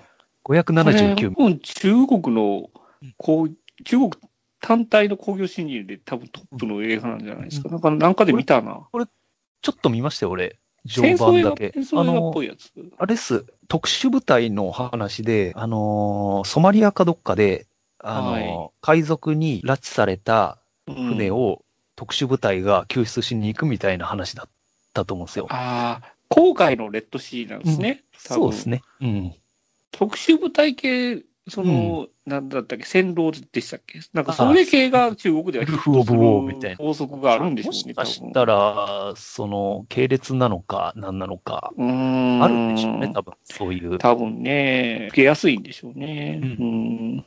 [SPEAKER 3] 579
[SPEAKER 2] これうん中国の、こう、中国単体の興行収入で多分トップの映画なんじゃないですか。なんか、なんかで見たな。
[SPEAKER 3] ちょっと見ましたよ、俺。
[SPEAKER 2] 戦
[SPEAKER 3] 序
[SPEAKER 2] 争
[SPEAKER 3] 盤
[SPEAKER 2] 映
[SPEAKER 3] だ
[SPEAKER 2] 画、
[SPEAKER 3] け
[SPEAKER 2] 戦。
[SPEAKER 3] あ
[SPEAKER 2] 争映画っ
[SPEAKER 3] の
[SPEAKER 2] ぽ、いやつ。
[SPEAKER 3] あれっす、特殊部隊の話で、あのーソマリアかどっかで、あの
[SPEAKER 2] は
[SPEAKER 3] ー
[SPEAKER 2] い
[SPEAKER 3] 海賊に拉致された
[SPEAKER 2] うん
[SPEAKER 3] 船を特殊部隊が救出しに行くみたいな話だったと思うんですよ。
[SPEAKER 2] ああ、郊外のレッドシーなんですね。多分
[SPEAKER 3] そうですね。うん。
[SPEAKER 2] 特殊部隊系、その、なんだったっけ、戦狼でしたっけなんか、それ系が中国では
[SPEAKER 3] ウルフオブウォーみたいな
[SPEAKER 2] 法則があるんでしょうね、
[SPEAKER 3] もしかしたら、その、系列なのか、何なのか、
[SPEAKER 2] 多分うーん。
[SPEAKER 3] あるんでしょうね、多分、そういう。
[SPEAKER 2] 多分ね、受けやすいんでしょうね。う。
[SPEAKER 3] うん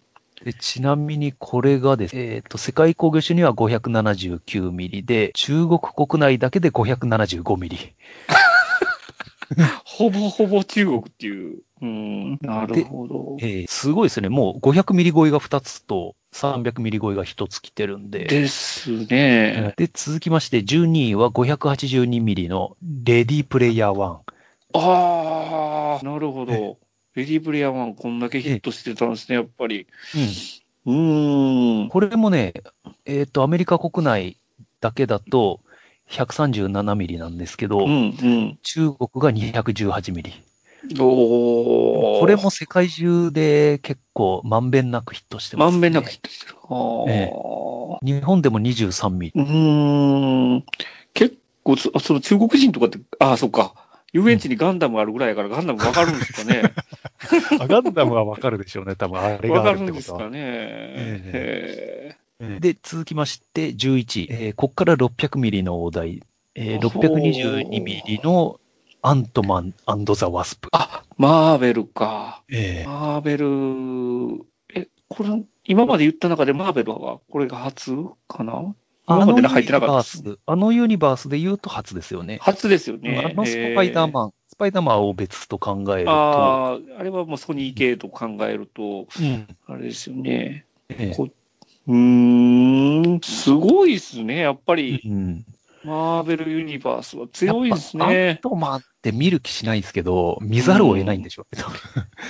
[SPEAKER 3] でちなみにこれがですえっ、と、世界興行収入は579ミリで、中国国内だけで575ミリ。
[SPEAKER 2] ほぼほぼ中国っていう。うん。なるほど。
[SPEAKER 3] えーすごいですね。もう500ミリ超えが2つと、300ミリ超えが1つ来てるんで。
[SPEAKER 2] ですね。
[SPEAKER 3] で、続きまして、12位は582ミリのレディープレイヤー1。
[SPEAKER 2] ああ、なるほ
[SPEAKER 3] え
[SPEAKER 2] ど。レディープレイヤー1、こんだけヒットしてたんですね、やっぱり。
[SPEAKER 3] うん。
[SPEAKER 2] うーん。
[SPEAKER 3] これもね、えっ、と、アメリカ国内だけだと137ミリなんですけど、
[SPEAKER 2] うん、うん。
[SPEAKER 3] 中国が218ミリ。
[SPEAKER 2] おー
[SPEAKER 3] これも世界中で結構まんべんなくヒットしてま
[SPEAKER 2] ま
[SPEAKER 3] す、ね。
[SPEAKER 2] んべんなくヒットしてる。ああ
[SPEAKER 3] ええ日本でも23ミリ。
[SPEAKER 2] うーん。結構そ、その中国人とかって、ああ、そっか。遊園地にガンダムあるぐらいやから、ガンダムわかるんですかね。
[SPEAKER 3] ガンダムはわかるでしょうね、多分あれ
[SPEAKER 2] わかるんですかね。へ
[SPEAKER 3] で、続きまして、11位。えーこっから600ミリのお題。えー、622ミリのアントマンザ・ワスプ。
[SPEAKER 2] あ、マーベルか。
[SPEAKER 3] えー
[SPEAKER 2] マーベル、え、これ、今まで言った中でマーベルは、これが初かな今まで入ってなかったです
[SPEAKER 3] あのユニバースあのユニバースで言うと初ですよね。
[SPEAKER 2] 初ですよ
[SPEAKER 3] あ
[SPEAKER 2] ね。
[SPEAKER 3] のスパイダーマン、スパイダーマンを別と考える
[SPEAKER 2] あ
[SPEAKER 3] と、
[SPEAKER 2] あー、あれはもうソニー系と考えると、
[SPEAKER 3] うん
[SPEAKER 2] あれですよね。
[SPEAKER 3] ええ
[SPEAKER 2] こうーん、すごいですね。やっぱり、
[SPEAKER 3] うん
[SPEAKER 2] マーベルユニバースは強いです
[SPEAKER 3] やっぱアン
[SPEAKER 2] ね。
[SPEAKER 3] トマンって見る気しないんですけど、見ざるを得ないんでしょう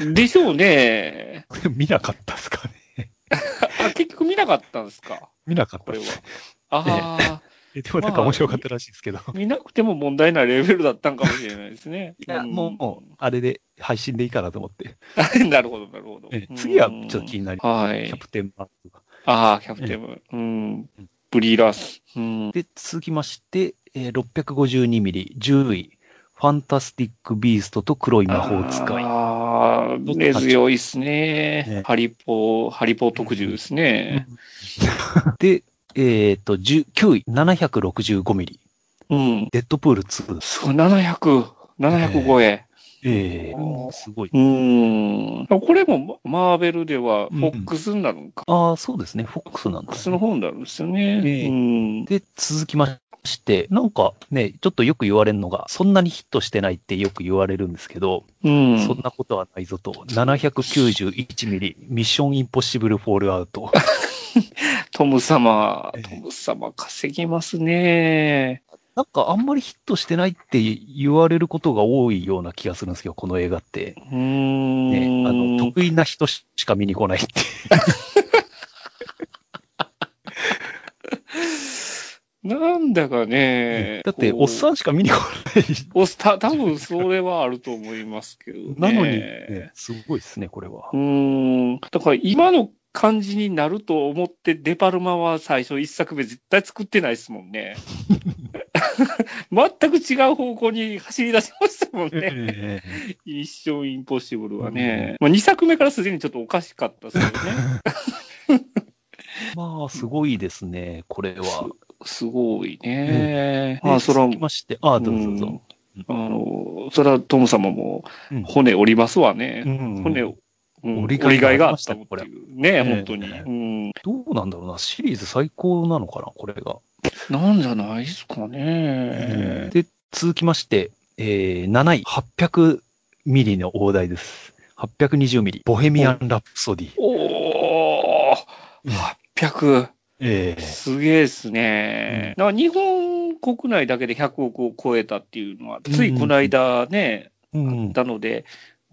[SPEAKER 3] ね、
[SPEAKER 2] でしょうね。
[SPEAKER 3] 多分見なかったですかね。
[SPEAKER 2] あ結局見なかったんですか
[SPEAKER 3] 見なかっ
[SPEAKER 2] これ
[SPEAKER 3] たで
[SPEAKER 2] は
[SPEAKER 3] す。。
[SPEAKER 2] ああ、
[SPEAKER 3] えでもなんか面白かったらしいですけど。
[SPEAKER 2] 見なくても問題ないレベルだったんかもしれないですね。
[SPEAKER 3] いや、
[SPEAKER 2] ん
[SPEAKER 3] もう、もう、あれで配信でいいかなと思って。
[SPEAKER 2] なるほど、なるほど
[SPEAKER 3] え。次はちょっと気になり
[SPEAKER 2] は
[SPEAKER 3] キ
[SPEAKER 2] い。
[SPEAKER 3] ャプテンマークが。
[SPEAKER 2] ああ、キャプテンも。うん。ブリーラース。うん。
[SPEAKER 3] で、続きまして、えー652ミリ、10位、ファンタスティック・ビーストと黒い魔法使い。
[SPEAKER 2] ああ、根強いですね
[SPEAKER 3] ね。
[SPEAKER 2] ハリポ、ハリポ特需ですね。
[SPEAKER 3] で、えっ、と、10 9位、765ミリ、
[SPEAKER 2] うん。
[SPEAKER 3] デッドプール2。
[SPEAKER 2] そう、700、700超え。
[SPEAKER 3] ええー、すごい。
[SPEAKER 2] うん。これもマーベルでは、フ
[SPEAKER 3] うん
[SPEAKER 2] ォックスになるんか。
[SPEAKER 3] ああ、そうですね、フォックスなん
[SPEAKER 2] フォッ
[SPEAKER 3] で
[SPEAKER 2] ク
[SPEAKER 3] す
[SPEAKER 2] スの
[SPEAKER 3] ね。
[SPEAKER 2] 方になるんですよね。
[SPEAKER 3] ええ
[SPEAKER 2] うん。
[SPEAKER 3] で、続きまして、なんかね、ちょっとよく言われるのが、そんなにヒットしてないってよく言われるんですけど、
[SPEAKER 2] うん。
[SPEAKER 3] そんなことはないぞと、791ミリ、ミッションインポッシブルフォールアウ ト。
[SPEAKER 2] トム様
[SPEAKER 3] ええ、
[SPEAKER 2] トム様稼ぎますね。
[SPEAKER 3] なんかあんまりヒットしてないって言われることが多いような気がするんですけど、この映画って。
[SPEAKER 2] うーん。
[SPEAKER 3] ね、あの、得意な人しか見に来ないって。
[SPEAKER 2] なんだかね。
[SPEAKER 3] だって、おっさ
[SPEAKER 2] ん
[SPEAKER 3] んしか見に来ない。
[SPEAKER 2] おっさん、多分それはあると思いますけど、ね。
[SPEAKER 3] なのに、ね、すごいですね、これは
[SPEAKER 2] う。ーん。だから今の感じになると思って、デパルマは最初一作目絶対作ってないですもん ね。全く違う方向に走り出しましたもんね。
[SPEAKER 3] え
[SPEAKER 2] 一生インポッシブルはね。まあ、2作目からすでにちょっとおかしかったですよね。
[SPEAKER 3] えまあ、すごいですね、これは。
[SPEAKER 2] すごいね。
[SPEAKER 3] で
[SPEAKER 2] まあ、それは、
[SPEAKER 3] 続きまして、あどうぞどう
[SPEAKER 2] う
[SPEAKER 3] ぞ
[SPEAKER 2] ん。あの、それはトム様も
[SPEAKER 3] うん
[SPEAKER 2] 骨折りますわね。
[SPEAKER 3] うん
[SPEAKER 2] 骨を、うん折
[SPEAKER 3] 折りがい
[SPEAKER 2] りがいがあった
[SPEAKER 3] あり
[SPEAKER 2] っ
[SPEAKER 3] ましたね
[SPEAKER 2] て
[SPEAKER 3] これ
[SPEAKER 2] いう。ね、
[SPEAKER 3] え
[SPEAKER 2] 本当に。うん。
[SPEAKER 3] どうなんだろうな、シリーズ最高なのかな、これが。
[SPEAKER 2] なんじゃないですかね。
[SPEAKER 3] で、続きまして、えー、7位、800ミリの大台です。820ミリ、ボヘミアン・ラプソディ。
[SPEAKER 2] おー、800。
[SPEAKER 3] えー
[SPEAKER 2] すげえですね。だから日本国内だけで100億を超えたっていうのは、ついこの間ね、
[SPEAKER 3] うん
[SPEAKER 2] あったので、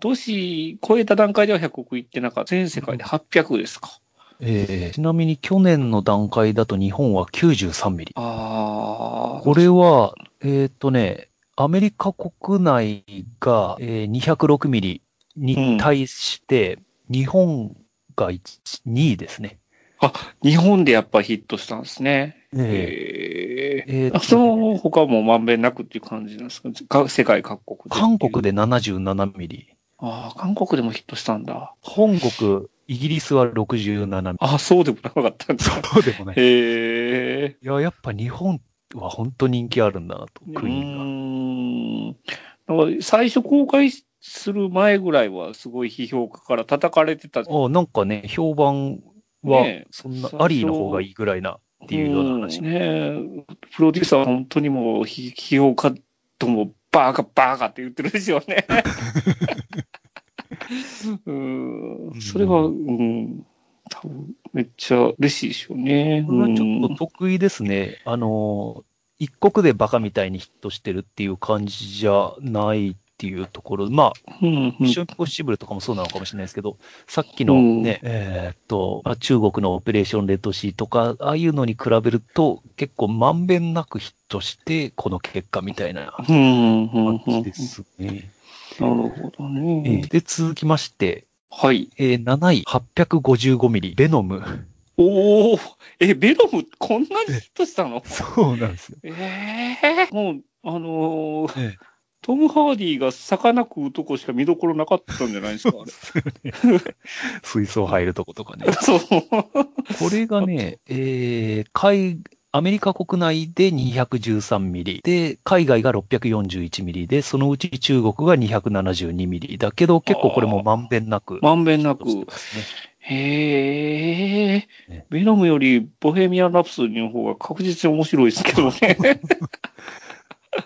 [SPEAKER 2] 年超えた段階では100億いってなかった。全世界で800ですか。
[SPEAKER 3] えーちなみに去年の段階だと日本は93ミリ。
[SPEAKER 2] ああ。
[SPEAKER 3] これは、えーっ、とね、アメリカ国内が、えー206ミリに対して、日本が1 2位ですね。
[SPEAKER 2] 日本でやっぱヒットしたんですね。
[SPEAKER 3] え
[SPEAKER 2] へえ
[SPEAKER 3] ーえーっとね
[SPEAKER 2] その他もまんべんなくっていう感じなんですかか世界各国で。
[SPEAKER 3] 韓国。で77ミリ、
[SPEAKER 2] ああ、韓国でもヒットしたんだ。
[SPEAKER 3] 本国、イギリスは67ミリ。
[SPEAKER 2] ああ、そうでもなかったんだ。
[SPEAKER 3] そうでもな。
[SPEAKER 2] へえ。
[SPEAKER 3] いや、やっぱ日本は本当人気あるんだなと、
[SPEAKER 2] う
[SPEAKER 3] 国が。
[SPEAKER 2] ーん。なんか最初公開する前ぐらいはすごい批評家から叩かれてた。
[SPEAKER 3] あなんかね、評判は
[SPEAKER 2] ねえ、
[SPEAKER 3] そんな
[SPEAKER 2] 最、初
[SPEAKER 3] アリーの方がいいぐらいな、っていうような話
[SPEAKER 2] んねえプロデューサーは本当にもう批批評家ともバーカバーカって言ってるでしょう ね。うーん。それは、うん。多分めっちゃ嬉しいでしょうね。
[SPEAKER 3] これはちょっ
[SPEAKER 2] うん
[SPEAKER 3] と得意ですね。あの、一国でバカみたいにヒットしてるっていう感じじゃないっていうところ。まあ、
[SPEAKER 2] うんう
[SPEAKER 3] ミッ
[SPEAKER 2] ん
[SPEAKER 3] ションインポッシブルとかもそうなのかもしれないですけど、さっきのね、えーっと、まあ中国のオペレーションレッドシーとか、ああいうのに比べると、結構まんべんなくヒットして、この結果みたいな
[SPEAKER 2] うんうんうん
[SPEAKER 3] 感
[SPEAKER 2] う
[SPEAKER 3] じ
[SPEAKER 2] ん
[SPEAKER 3] ですね。
[SPEAKER 2] なるほど
[SPEAKER 3] え
[SPEAKER 2] ね
[SPEAKER 3] ー。で、続きまして、
[SPEAKER 2] はい。
[SPEAKER 3] えー7位、855ミリ、ベノム。
[SPEAKER 2] おお、え、ベノム、こんなにヒットしたの
[SPEAKER 3] そうなんですよ。
[SPEAKER 2] ええもう、あのー
[SPEAKER 3] ええ
[SPEAKER 2] トム・ハーディーが魚食うとこしか見どころなかったんじゃないですか、あれ。
[SPEAKER 3] 水槽入るとことかね。
[SPEAKER 2] そう。
[SPEAKER 3] これが ね、えー、海、アメリカ国内で213ミリ、で、海外が641ミリで、そのうち中国が272ミリだけど、結構これもまんべんなく。
[SPEAKER 2] まんべんなく。
[SPEAKER 3] ですね
[SPEAKER 2] へえ
[SPEAKER 3] ね。
[SPEAKER 2] ベノムよりボヘミアン・ラプソディの方が確実に面白いですけどね。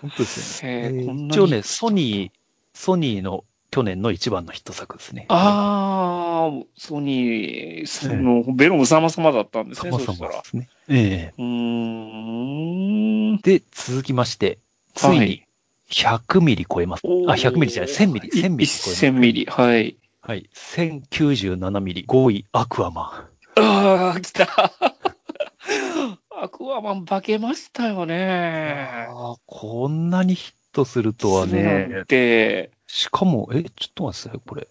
[SPEAKER 3] 本当ですよね。
[SPEAKER 2] へー
[SPEAKER 3] えー
[SPEAKER 2] こんなに
[SPEAKER 3] 一応ね、ソニー、ソニーの去年の一番のヒット作ですね。
[SPEAKER 2] ああ、ソニー、その、ベノム様様だったんです
[SPEAKER 3] そ
[SPEAKER 2] ね、
[SPEAKER 3] も
[SPEAKER 2] そ
[SPEAKER 3] そ
[SPEAKER 2] した
[SPEAKER 3] もで
[SPEAKER 2] ら。
[SPEAKER 3] すね。ええ
[SPEAKER 2] うーん。
[SPEAKER 3] で、続きまして、つい
[SPEAKER 2] は
[SPEAKER 3] に
[SPEAKER 2] い
[SPEAKER 3] 100ミリ超えます。
[SPEAKER 2] おー
[SPEAKER 3] あ、100ミリじゃない、1000ミリ、1000ミリ超えます。
[SPEAKER 2] 1000ミリ、はい。
[SPEAKER 3] はい。1097ミリ、5位、アクアマ
[SPEAKER 2] あ
[SPEAKER 3] ン。
[SPEAKER 2] ああ、来た。アクアマン化けましたよね。
[SPEAKER 3] あーこんなにヒットするとは
[SPEAKER 2] なん
[SPEAKER 3] ね。
[SPEAKER 2] て、
[SPEAKER 3] しかも、え、ちょっと待ってください、これ。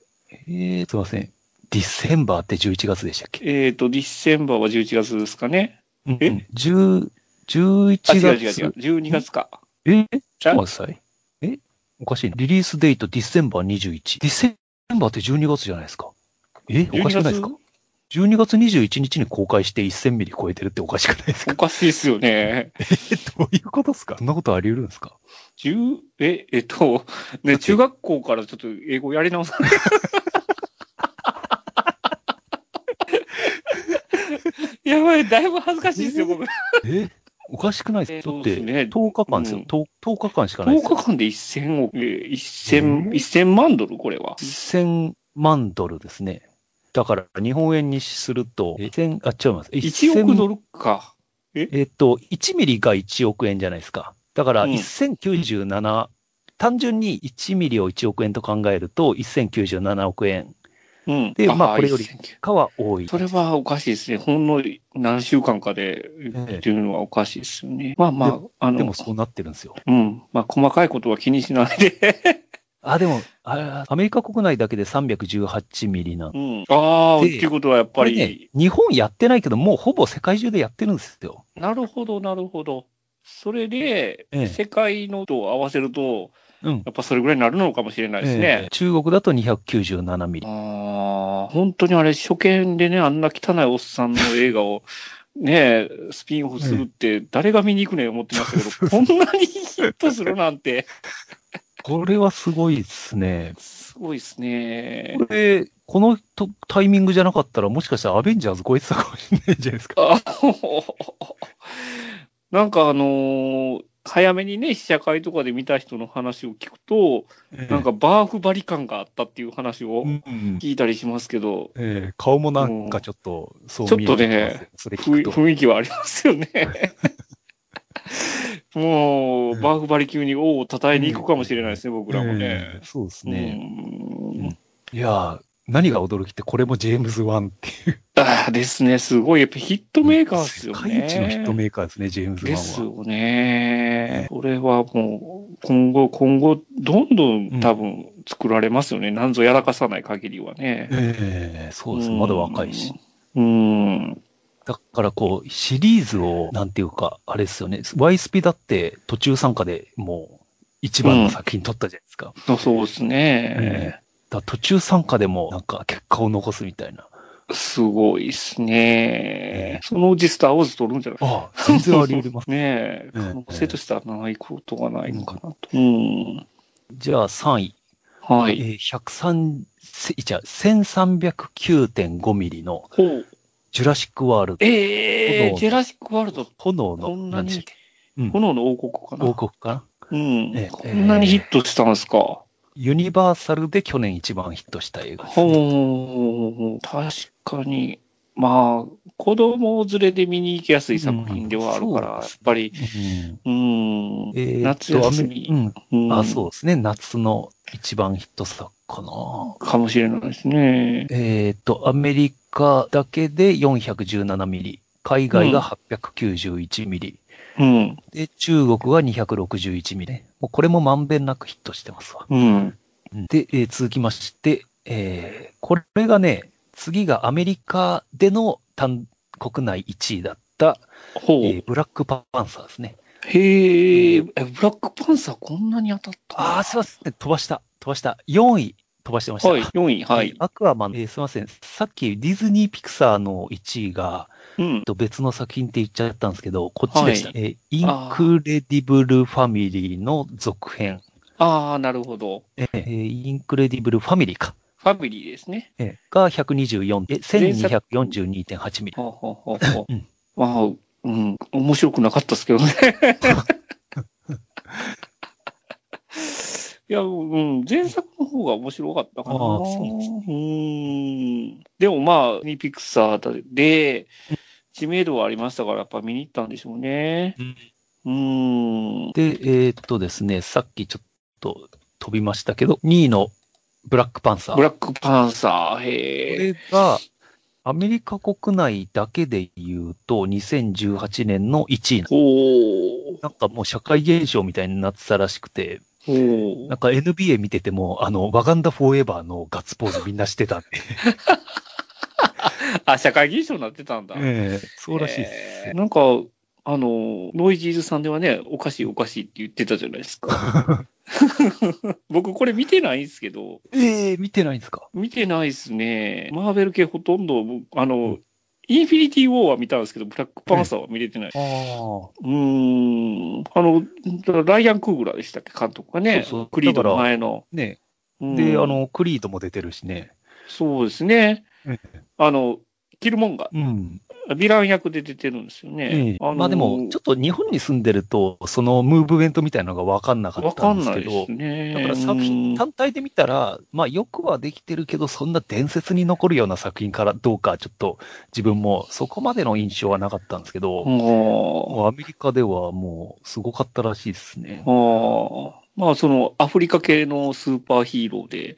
[SPEAKER 3] えー、すいません。ディセンバーって11月でしたっけ
[SPEAKER 2] えっ、と、ディッセンバーは11月ですかね。
[SPEAKER 3] うん
[SPEAKER 2] え
[SPEAKER 3] うん10 ?11
[SPEAKER 2] あ、違
[SPEAKER 3] 月。
[SPEAKER 2] う違う違う。12月か。
[SPEAKER 3] えち
[SPEAKER 2] じ
[SPEAKER 3] ょ
[SPEAKER 2] ゃ
[SPEAKER 3] っと待ってください。えおかしいな。リリースデート、ディセンバー21。ディセンバーって12月じゃないですか。えおかしくないですか ?12 月21日に公開して1000ミリ超えてるっておかしくないです
[SPEAKER 2] お
[SPEAKER 3] か
[SPEAKER 2] かしいですよね。
[SPEAKER 3] えどういうことですかそんなことあり得るんですか
[SPEAKER 2] 10え、えっと、ね、中学校からちょっと英語やり直さ ない。やばい、だいぶ恥ずかしいですよ、僕。
[SPEAKER 3] えおかしくないですかだっ
[SPEAKER 2] えー
[SPEAKER 3] て
[SPEAKER 2] そうですね
[SPEAKER 3] 10日間ですよ、
[SPEAKER 2] うん
[SPEAKER 3] 10, 10日間しかないです
[SPEAKER 2] 10
[SPEAKER 3] よ。
[SPEAKER 2] 日間で1000億、えー1000、1000万ドルこれは。
[SPEAKER 3] 1000万ドルですね。だから日本円にすると、1000あ、違いま
[SPEAKER 2] 1
[SPEAKER 3] す。1000
[SPEAKER 2] 億ドルか。
[SPEAKER 3] えっと、1ミリが1億円じゃないですか。だから
[SPEAKER 2] うん
[SPEAKER 3] 1097、単純に1ミリを1億円と考えると1097億円
[SPEAKER 2] うん。
[SPEAKER 3] でまあこれより
[SPEAKER 2] 1000
[SPEAKER 3] かは多い。
[SPEAKER 2] それはおかしいですね。ほんの何週間かで
[SPEAKER 3] え
[SPEAKER 2] っていうのはおかしいですよね。まあまあ、あ
[SPEAKER 3] で
[SPEAKER 2] の
[SPEAKER 3] も、そうなってるんですよ。
[SPEAKER 2] うん。まあ、細かいことは気にしないで。
[SPEAKER 3] あ、でも、あアメリカ国内だけで318ミリなん
[SPEAKER 2] うん。ああ、って
[SPEAKER 3] で
[SPEAKER 2] いうことはやっぱ
[SPEAKER 3] これ
[SPEAKER 2] り、
[SPEAKER 3] ね、日本やってないけど、もうほぼ世界中でやってるんですよ。
[SPEAKER 2] なるほど、なるほど。それで、
[SPEAKER 3] ええ
[SPEAKER 2] 世界のと合わせると、
[SPEAKER 3] うん。
[SPEAKER 2] やっぱそれぐらいになるのかもしれないです
[SPEAKER 3] ええ
[SPEAKER 2] ね。
[SPEAKER 3] 中国だと297ミリ。
[SPEAKER 2] ああ、本当にあれ、初見でね、あんな汚いおっさんの映画を、 ねえ、スピンオフするって、誰が見に行くねん思ってましたけど、 こんなにヒットするなんて、
[SPEAKER 3] これはすごいですね。
[SPEAKER 2] すごいですね。
[SPEAKER 3] これ、このとタイミングじゃなかったら、もしかしたらアベンジャーズ超えてたかもしれないじゃないですか。
[SPEAKER 2] あほほほほ なんかあのー早めにね、試写会とかで見た人の話を聞くと、なんかバーフバリ感があったっていう話を
[SPEAKER 3] うん
[SPEAKER 2] 聞いたりしますけど、
[SPEAKER 3] ええ顔もなんかちょっと、そう見え
[SPEAKER 2] ちょっと
[SPEAKER 3] て
[SPEAKER 2] ね
[SPEAKER 3] ますよそれ
[SPEAKER 2] ふい
[SPEAKER 3] 聞くと。
[SPEAKER 2] 雰囲気はあります よね。もう、バーフバリ級に王を叩いに行くかもしれないですね、僕らも
[SPEAKER 3] え
[SPEAKER 2] ね
[SPEAKER 3] え。そうです
[SPEAKER 2] うん
[SPEAKER 3] ね。いやー、何が驚きって、これもジェームズ・ワンっていう。
[SPEAKER 2] ああですね、すごい、やっぱヒットメーカーですよね。
[SPEAKER 3] 世界一のヒットメーカーですね、ジェームズ・ワン
[SPEAKER 2] で
[SPEAKER 3] は。
[SPEAKER 2] すよね。これはもう、今後、今後、どんどん多分作られますよね。なんぞやらかさない限りはね。
[SPEAKER 3] ええそうです。まだ若いし。。
[SPEAKER 2] うん。
[SPEAKER 3] だからこう、シリーズを、なんていうか、あれですよね。ワイスピだって途中参加でもう、一番の作品撮ったじゃないですか。
[SPEAKER 2] そうですね。
[SPEAKER 3] だから途中参加でも、なんか結果を残すみたいな。
[SPEAKER 2] すごいですね。そのうちスター・ウォーズ撮るんじゃない
[SPEAKER 3] ああ、全然あり得ます。
[SPEAKER 2] ねえ、
[SPEAKER 3] ええ
[SPEAKER 2] 可能性としてはないことがないのかなと。うん。
[SPEAKER 3] じゃあ3位。
[SPEAKER 2] は
[SPEAKER 3] え
[SPEAKER 2] い。
[SPEAKER 3] ー、103せいや1309.5ミリの
[SPEAKER 2] ほう。
[SPEAKER 3] ジュラシックワールド、
[SPEAKER 2] ええ
[SPEAKER 3] 炎
[SPEAKER 2] ジェラシック・ワールド、
[SPEAKER 3] 炎
[SPEAKER 2] こ
[SPEAKER 3] の、
[SPEAKER 2] んな
[SPEAKER 3] でし
[SPEAKER 2] に
[SPEAKER 3] たっ、けうん、
[SPEAKER 2] 炎の王国かな。
[SPEAKER 3] 王国か
[SPEAKER 2] うん、
[SPEAKER 3] ええ
[SPEAKER 2] こんなにヒットしたんですか。
[SPEAKER 3] なユニバーサルで去年一番ヒットした映画ですね、
[SPEAKER 2] ほう、確かに。まあ、子供連れで見に行きやすい作品ではあるから、
[SPEAKER 3] うんそう
[SPEAKER 2] や
[SPEAKER 3] で
[SPEAKER 2] っ
[SPEAKER 3] す
[SPEAKER 2] ぱり、
[SPEAKER 3] うん
[SPEAKER 2] うん、
[SPEAKER 3] えーっと
[SPEAKER 2] 夏休
[SPEAKER 3] ア
[SPEAKER 2] み、う
[SPEAKER 3] メ
[SPEAKER 2] ん
[SPEAKER 3] うん、あ、そうですね。夏の一番ヒット作かな。
[SPEAKER 2] かもしれないですね。
[SPEAKER 3] えーっと、アメリカだけで417ミリ、海外が891ミリ、
[SPEAKER 2] うん、
[SPEAKER 3] で、中国が261ミリね。もうこれもまんべんなくヒットしてますわ。
[SPEAKER 2] うん、
[SPEAKER 3] で、えー続きまして、えーこれがね、次がアメリカでの単国内1位だった、
[SPEAKER 2] ほう。
[SPEAKER 3] えーブラックパンサーですね。
[SPEAKER 2] へえ、えブラックパンサーこんなに当たった
[SPEAKER 3] あー、すいません、飛ばした、飛ばした。4位、飛ばしてました。
[SPEAKER 2] はい、4位、は
[SPEAKER 3] えー
[SPEAKER 2] い。
[SPEAKER 3] アクアマン、えーすいません、さっきディズニー・ピクサーの1位が、
[SPEAKER 2] うん
[SPEAKER 3] えっ。と別の作品って言っちゃったんですけど、こっちでした。
[SPEAKER 2] は
[SPEAKER 3] えーインクレディブル・ファミリーの続編。
[SPEAKER 2] ああ、なるほど。
[SPEAKER 3] えーえーインクレディブル・ファミリーか。
[SPEAKER 2] ファミリーですね。
[SPEAKER 3] えーが124、え
[SPEAKER 2] 前作
[SPEAKER 3] 1242.8ミリ。
[SPEAKER 2] ほうほうほうほう
[SPEAKER 3] うん
[SPEAKER 2] まあ、うん、面白くなかったですけど ね。いや、うん、前作の方が面白かったかな。
[SPEAKER 3] ああそうです
[SPEAKER 2] うん。でもまあ、ピクサーで、知名度はありましたから、やっぱ見に行ったんでしょうね。うん。
[SPEAKER 3] で、えーっとですね、さっきちょっと飛びましたけど、2位のブラックパンサー。
[SPEAKER 2] ブ
[SPEAKER 3] こ
[SPEAKER 2] ラックパンサー、へえ。
[SPEAKER 3] れがアメリカ国内だけで言うと、2018年の1位な。
[SPEAKER 2] おー
[SPEAKER 3] なんかもう社会現象みたいになってたらしくて、
[SPEAKER 2] おー
[SPEAKER 3] なんか NBA 見てても、あの、ワガンダフォーエバーのガッツポーズみんなしてたんで、
[SPEAKER 2] あ、社会現象になってたんだ。
[SPEAKER 3] ええそうらしいです。
[SPEAKER 2] えー なんか、あの、ノイジーズさんではね、おかしいおかしいって言ってたじゃないですか。 僕、これ見てないんですけど、
[SPEAKER 3] ええ見てないんですか
[SPEAKER 2] 見てないですね。マーベル系ほとんど、僕あの、インフィニティ・ウォーは見たんですけど、ブラック・パンサーは見れてない。
[SPEAKER 3] ああ。
[SPEAKER 2] うーん。あの、だからライアン・クーグラーでしたっけ、監督がね。
[SPEAKER 3] そうそう
[SPEAKER 2] クリード
[SPEAKER 3] だ
[SPEAKER 2] の
[SPEAKER 3] から
[SPEAKER 2] 前の。
[SPEAKER 3] ね
[SPEAKER 2] うん
[SPEAKER 3] で、あ、の、クリードも出てるしね。
[SPEAKER 2] そうですね
[SPEAKER 3] え。
[SPEAKER 2] あの、キルモンガ、
[SPEAKER 3] うん。
[SPEAKER 2] ヴィラン役で出てるんですよね。
[SPEAKER 3] ええまあでも、ちょ
[SPEAKER 2] っ
[SPEAKER 3] っと日本に住んでると、そのムーブメントみたいなのが分かんなか
[SPEAKER 2] わ
[SPEAKER 3] った
[SPEAKER 2] か
[SPEAKER 3] ん
[SPEAKER 2] ん
[SPEAKER 3] です
[SPEAKER 2] な
[SPEAKER 3] け
[SPEAKER 2] い
[SPEAKER 3] ど
[SPEAKER 2] で、すね。
[SPEAKER 3] だから作
[SPEAKER 2] うん
[SPEAKER 3] 品単体で見たら、まあよくはできてるけど、そんな伝説に残るような作品からどうか、ちょっと自分もそこまでの印象はなかったんですけど、
[SPEAKER 2] あ
[SPEAKER 3] もうアメリカではもうすごかったらしいですね
[SPEAKER 2] あ。ああまあ、その、アフリカ系のスーパーヒーローで、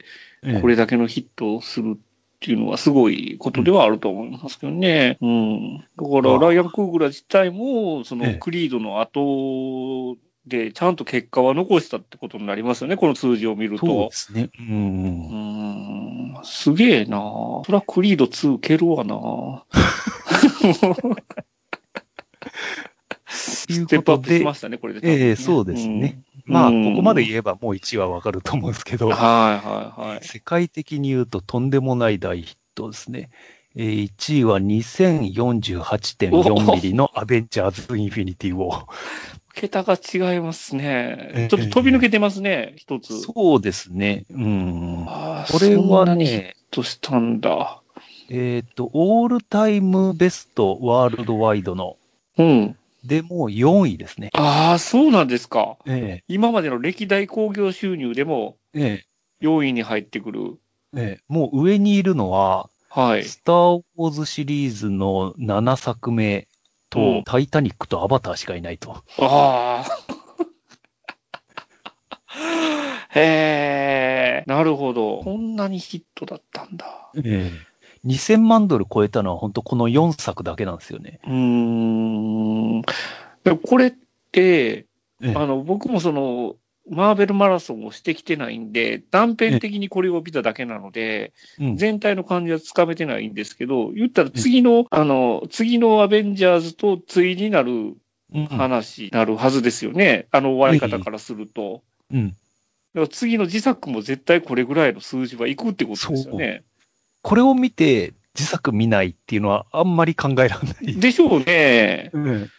[SPEAKER 2] これだけのヒットをするっていうのはすごいことではあると思いますけどね。うん。だから、ライアン・クーグラ自体も、そ
[SPEAKER 3] え
[SPEAKER 2] の、
[SPEAKER 3] え
[SPEAKER 2] クリードの後で、ちゃんと結果は残したってことになりますよね、この数字を見る
[SPEAKER 3] そう
[SPEAKER 2] と
[SPEAKER 3] で。すね。うん
[SPEAKER 2] う。ん。すげえなそりゃクリード2蹴るわなステップアップしましたね、これで、
[SPEAKER 3] ええそうですね
[SPEAKER 2] うん。
[SPEAKER 3] まあ、こ
[SPEAKER 2] うん
[SPEAKER 3] こまで言えばもう1はわかると思うんですけど、
[SPEAKER 2] はいはいはい。
[SPEAKER 3] 世界的に言うととんでもない大ヒットですね。えー1位は2048.4ミリのアベンジャーズ・インフィニティ・ウォー。
[SPEAKER 2] 桁が違います
[SPEAKER 3] え
[SPEAKER 2] ね
[SPEAKER 3] え。
[SPEAKER 2] ちょっと飛び抜けてますね、一つ。
[SPEAKER 3] そうですね。うん。
[SPEAKER 2] ああ
[SPEAKER 3] これ
[SPEAKER 2] そんな
[SPEAKER 3] は
[SPEAKER 2] にヒッ
[SPEAKER 3] ね、
[SPEAKER 2] トしたんだ。
[SPEAKER 3] えっ、と、オールタイムベストワールドワイドの、
[SPEAKER 2] うん。
[SPEAKER 3] でもう4位ですね。
[SPEAKER 2] ああ、そうなんですか。
[SPEAKER 3] え
[SPEAKER 2] 今までの歴代興行収入でも
[SPEAKER 3] ええ
[SPEAKER 2] 4位に入ってくる。
[SPEAKER 3] えええもう上にいるのは、
[SPEAKER 2] はい。
[SPEAKER 3] スター・ウォーズシリーズの7作目と、
[SPEAKER 2] うん
[SPEAKER 3] タイタニックとアバターしかいないと。
[SPEAKER 2] ああ。 へえ、なるほど。こんなにヒットだったんだ。
[SPEAKER 3] 2000万ドル超えたのは本当この4作だけなんですよね。
[SPEAKER 2] うーん。でこれって、
[SPEAKER 3] ええ
[SPEAKER 2] あの、僕もその、マーベルマラソンをしてきてないんで、断片的にこれを見ただけなので、
[SPEAKER 3] うん
[SPEAKER 2] 全体の感じはつかめてないんですけど、言ったら次の、あの、次のアベンジャーズと対になる
[SPEAKER 3] うん
[SPEAKER 2] 話になるはずですよね。あの終わり方からすると。
[SPEAKER 3] うん
[SPEAKER 2] だから次の自作も絶対これぐらいの数字はいくってことですよね。
[SPEAKER 3] これを見て自作見ないっていうのはあんまり考えられない。
[SPEAKER 2] でしょうね。
[SPEAKER 3] うん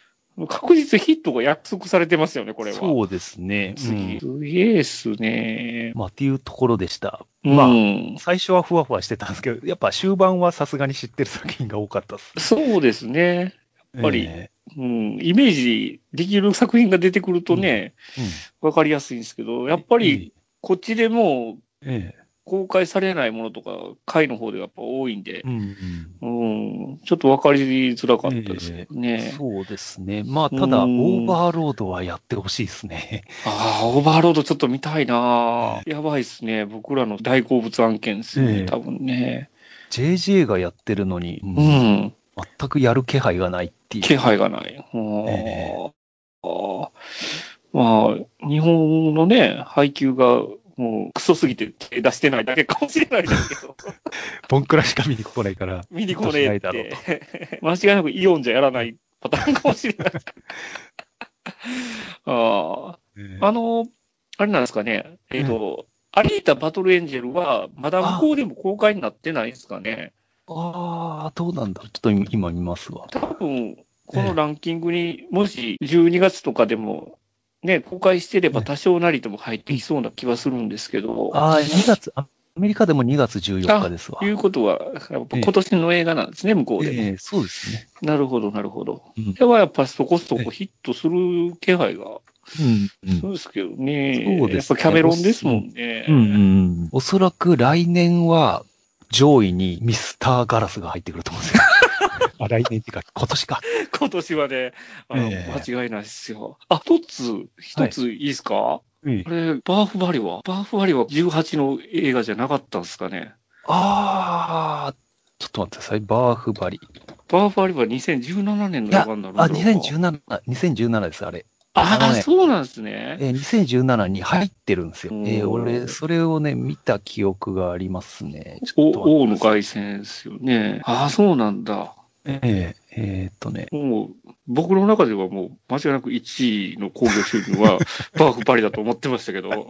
[SPEAKER 2] 確実ヒットが約束されてますよね、これは。
[SPEAKER 3] そうですね。
[SPEAKER 2] 次。
[SPEAKER 3] う
[SPEAKER 2] す
[SPEAKER 3] ん
[SPEAKER 2] げえっすね。
[SPEAKER 3] まあっていうところでした。
[SPEAKER 2] ま
[SPEAKER 3] ま
[SPEAKER 2] あ
[SPEAKER 3] あ、、最初はふわふわしてたんですけど、やっぱ終盤はさすがに知ってる作品が多かったです。
[SPEAKER 2] そうですね。
[SPEAKER 3] や
[SPEAKER 2] っぱり
[SPEAKER 3] え
[SPEAKER 2] うん、イメージできる作品が出てくるとね、
[SPEAKER 3] えうん
[SPEAKER 2] わ、かりやすいんですけど、やっぱり、こっちでもう
[SPEAKER 3] ええ
[SPEAKER 2] 公開されないものとか、回の方でやっぱ多いんで、
[SPEAKER 3] うんうん
[SPEAKER 2] うん、ちょっとわかりづらかったですけどね。
[SPEAKER 3] そうですね。まあ、ただ、
[SPEAKER 2] う
[SPEAKER 3] オ
[SPEAKER 2] ん
[SPEAKER 3] ーバーロードはやってほしいですね。
[SPEAKER 2] ああ、オーバーロードちょっと見たいな、やばいっすね。僕らの大好物案件です
[SPEAKER 3] え
[SPEAKER 2] ね、
[SPEAKER 3] え
[SPEAKER 2] 多分ね。
[SPEAKER 3] JJ がやってるのに、うん
[SPEAKER 2] うん。
[SPEAKER 3] 全くやる気配がないっていう。
[SPEAKER 2] 気配がない。うん
[SPEAKER 3] え
[SPEAKER 2] あーまあ、日本のね、配給がもうクソすぎて手出してないだけかもしれないですけど、
[SPEAKER 3] ボンクラしか見に来ないから。
[SPEAKER 2] 見に来ねえっ
[SPEAKER 3] ちょっとしない
[SPEAKER 2] て。間違いなくイオンじゃやらないパターンかもしれ ない。あーあの、あれなんですかね、えっ、と、アリータバトルエンジェルは、まだ向こうでも公開になってないんですかね。
[SPEAKER 3] ああ、どうなんだろう。ちょっと今今見ますわ。
[SPEAKER 2] 多分このランキングにもし12月とかでも、ね、公開してれば多少なりとも入ってきそうな気はするんですけど、
[SPEAKER 3] ああ、2月、あアメリカでも2月14日ですわ。
[SPEAKER 2] ということは、やっぱ今年の映画なんですね、向こうでも。
[SPEAKER 3] ええそうですね。
[SPEAKER 2] なるほど、なるほど。
[SPEAKER 3] うん
[SPEAKER 2] ではやっぱそこそこヒットする気配が、
[SPEAKER 3] うん、うん
[SPEAKER 2] そうですけどね、
[SPEAKER 3] そうですね
[SPEAKER 2] やっぱキャメロンですもんね。
[SPEAKER 3] うんうんうんおそらく来年は上位にミスターガラスが入ってくると思うんですよ。 あ来年っていうか、今年か。
[SPEAKER 2] 今年はね、あの
[SPEAKER 3] ええ
[SPEAKER 2] 間違いないですよ。あ、一つ、一ついいですか、あれ、バーフバリはバーフバリは18の映画じゃなかったんですかね
[SPEAKER 3] ああ、ちょっと待ってください。バーフバリ。
[SPEAKER 2] バーファリは2017年の
[SPEAKER 3] いや、
[SPEAKER 2] 映
[SPEAKER 3] あ、
[SPEAKER 2] 画になるんだろうか
[SPEAKER 3] 2017、2017です、あれ。あ
[SPEAKER 2] あ
[SPEAKER 3] の
[SPEAKER 2] あ、
[SPEAKER 3] ね
[SPEAKER 2] そうなんですね。
[SPEAKER 3] えー2017に入ってるんですよ。
[SPEAKER 2] うん
[SPEAKER 3] えー俺、それをね、見た記憶がありますね。ちょっと
[SPEAKER 2] お王の
[SPEAKER 3] 待ってください
[SPEAKER 2] 凱旋ですよね。ああ、そうなんだ。
[SPEAKER 3] えーえーっとね、
[SPEAKER 2] もう、僕の中ではもう、間違いなく1位の興行収入 は、バーフパリだと思ってましたけど。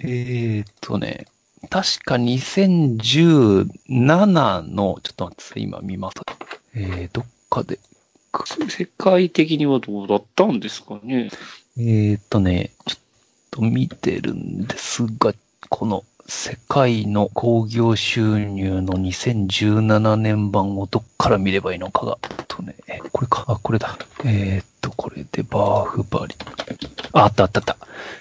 [SPEAKER 3] えーっとね、確か2017の、ちょっと待ってください、今見ます。えー、どっかで、
[SPEAKER 2] 世界的にはどうだったんですかね。
[SPEAKER 3] えー、っとね、ちょっと見てるんですが、この世界の興行収入の2017年版をどっから見ればいいのかが、えっとね、これか、あ、これだ。えー、っと、これでバーフバリ。あ、あったあったあった。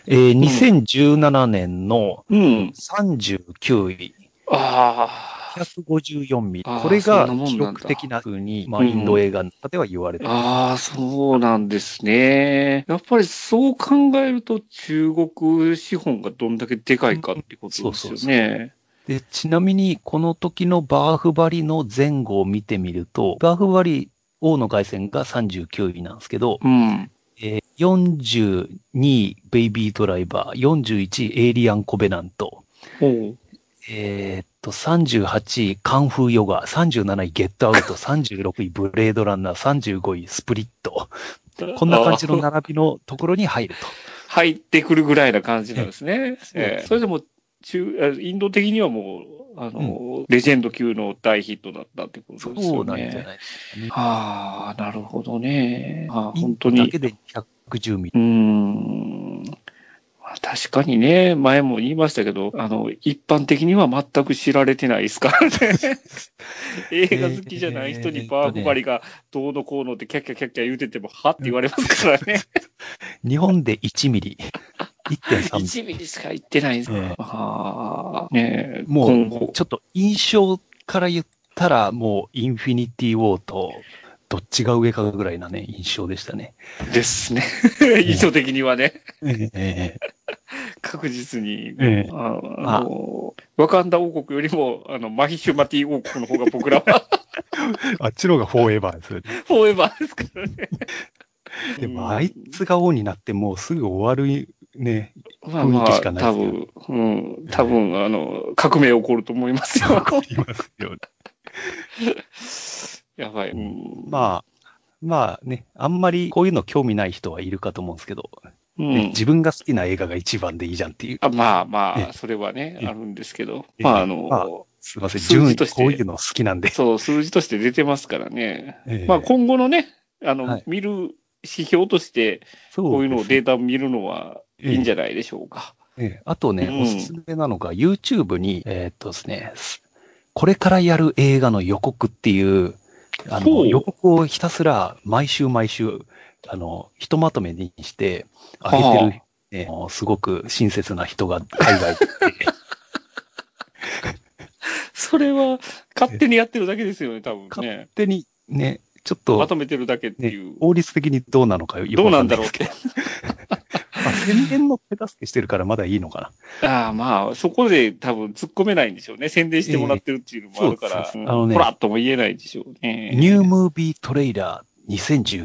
[SPEAKER 3] えー、2017年の
[SPEAKER 2] うん。
[SPEAKER 3] 39位、
[SPEAKER 2] ああ。
[SPEAKER 3] 154ミリ。
[SPEAKER 2] あー
[SPEAKER 3] これが
[SPEAKER 2] そんなもんなん
[SPEAKER 3] 記
[SPEAKER 2] だ
[SPEAKER 3] 録的な風に、まあ、インド映画の中では言われてる。
[SPEAKER 2] ああ、そうなんですね。やっぱりそう考えると、中国資本がどんだけでかいかってことですよね。
[SPEAKER 3] で、ちなみに、この時のバーフバリの前後を見てみると、バーフバリ王の凱旋が39位なんですけど、
[SPEAKER 2] うん。
[SPEAKER 3] えー42位ベイビードライバー、41位エイリアンコベナント、
[SPEAKER 2] おう
[SPEAKER 3] えーっと、38位カンフーヨガ、37位ゲットアウト、36位ブレードランナー、35位スプリット。こんな感じの
[SPEAKER 2] あ
[SPEAKER 3] 並びのところに入ると。
[SPEAKER 2] 入ってくるぐらいな感じなんですね。
[SPEAKER 3] ええ
[SPEAKER 2] ええそれでも中、あインド的にはもう、あの、レジェンド級の大ヒットだったってことですよね。
[SPEAKER 3] そうなんじゃないですかね。
[SPEAKER 2] ああ、なるほどね。あー
[SPEAKER 3] イン
[SPEAKER 2] 本
[SPEAKER 3] ド
[SPEAKER 2] 当
[SPEAKER 3] だ
[SPEAKER 2] に
[SPEAKER 3] け。で110ミリ。
[SPEAKER 2] うーん。まあ確かにね、前も言いましたけど、あの、一般的には全く知られてないです からね。映画好きじゃない人にバーフバリがどうのこうのってキャッキャキャッキャ言うてても、はって言われますからね。
[SPEAKER 3] 日本で1ミリ。1.3ミリ。
[SPEAKER 2] 1ミリしか言ってないんですね。
[SPEAKER 3] ええ
[SPEAKER 2] ああ、ねえ
[SPEAKER 3] も
[SPEAKER 2] 今
[SPEAKER 3] う
[SPEAKER 2] 後、
[SPEAKER 3] ちょっと印象から言ったら、もうインフィニティウォーと、どっちが上かぐらいなね、印象でしたね。
[SPEAKER 2] ですね。印象的にはね、
[SPEAKER 3] え
[SPEAKER 2] 確実に。
[SPEAKER 3] え
[SPEAKER 2] あのあのワカンダ王国よりも、あの、マヒシュマティ王国の方が僕ら は
[SPEAKER 3] あっちの方がフォーエバーですよね。
[SPEAKER 2] フォーエバーですからね。
[SPEAKER 3] でも、あいつが王になって、もうすぐ終わるね。
[SPEAKER 2] まあま
[SPEAKER 3] 雰囲気
[SPEAKER 2] あ、
[SPEAKER 3] しかない
[SPEAKER 2] 多
[SPEAKER 3] ですよ
[SPEAKER 2] 分、うん、多分、あの、革命起こると思いますよ。
[SPEAKER 3] いますよね
[SPEAKER 2] やばい。うん、あ、
[SPEAKER 3] まあ、まあね、あんまりこういうの興味ない人はいるかと思うんですけど、
[SPEAKER 2] う
[SPEAKER 3] ね
[SPEAKER 2] ん、
[SPEAKER 3] 自分が好きな映画が一番でいいじゃんっていう。
[SPEAKER 2] あまあま
[SPEAKER 3] え
[SPEAKER 2] あ、それはね
[SPEAKER 3] え、え
[SPEAKER 2] あるんですけど、
[SPEAKER 3] え
[SPEAKER 2] まあ、あの、
[SPEAKER 3] まあすいません、
[SPEAKER 2] 数
[SPEAKER 3] 順
[SPEAKER 2] 字
[SPEAKER 3] 位
[SPEAKER 2] として
[SPEAKER 3] こういうの好きなんで。
[SPEAKER 2] そう、数字として出てますからね。
[SPEAKER 3] ええ
[SPEAKER 2] まあ、今後のね、あの、
[SPEAKER 3] はい
[SPEAKER 2] 見る指標として、
[SPEAKER 3] そ
[SPEAKER 2] こういうのを
[SPEAKER 3] で
[SPEAKER 2] データを見るのはいいんじゃないでしょうか。
[SPEAKER 3] ええあとね、
[SPEAKER 2] うん
[SPEAKER 3] おすすめなのが、YouTube に、えーっとですね、すこれからやる映画の予告っていう、あ
[SPEAKER 2] ほ
[SPEAKER 3] の
[SPEAKER 2] う
[SPEAKER 3] 予告をひたすら毎週毎週、あの、ひとまとめにして、上げてる、ええあのすごく親切な人が海外 で、
[SPEAKER 2] それは、勝手にやってるだけですよね、多分ね
[SPEAKER 3] 勝。手にね、ちょっ
[SPEAKER 2] ま
[SPEAKER 3] と、
[SPEAKER 2] とめてるだけっていう。
[SPEAKER 3] 法律的にどうなのかよ
[SPEAKER 2] どうなんだろうっ
[SPEAKER 3] よ
[SPEAKER 2] て。
[SPEAKER 3] くわかんないですけどまあ宣伝の手助けしてるからまだいいのかな。
[SPEAKER 2] ああまあ、そこで多分突っ込めないんでしょうね。宣伝してもらってるっていうのもあるか
[SPEAKER 3] ええ
[SPEAKER 2] ら、
[SPEAKER 3] そうそううんあのね
[SPEAKER 2] ほらっとも言えないでしょうね。
[SPEAKER 3] ニュームービートレーラー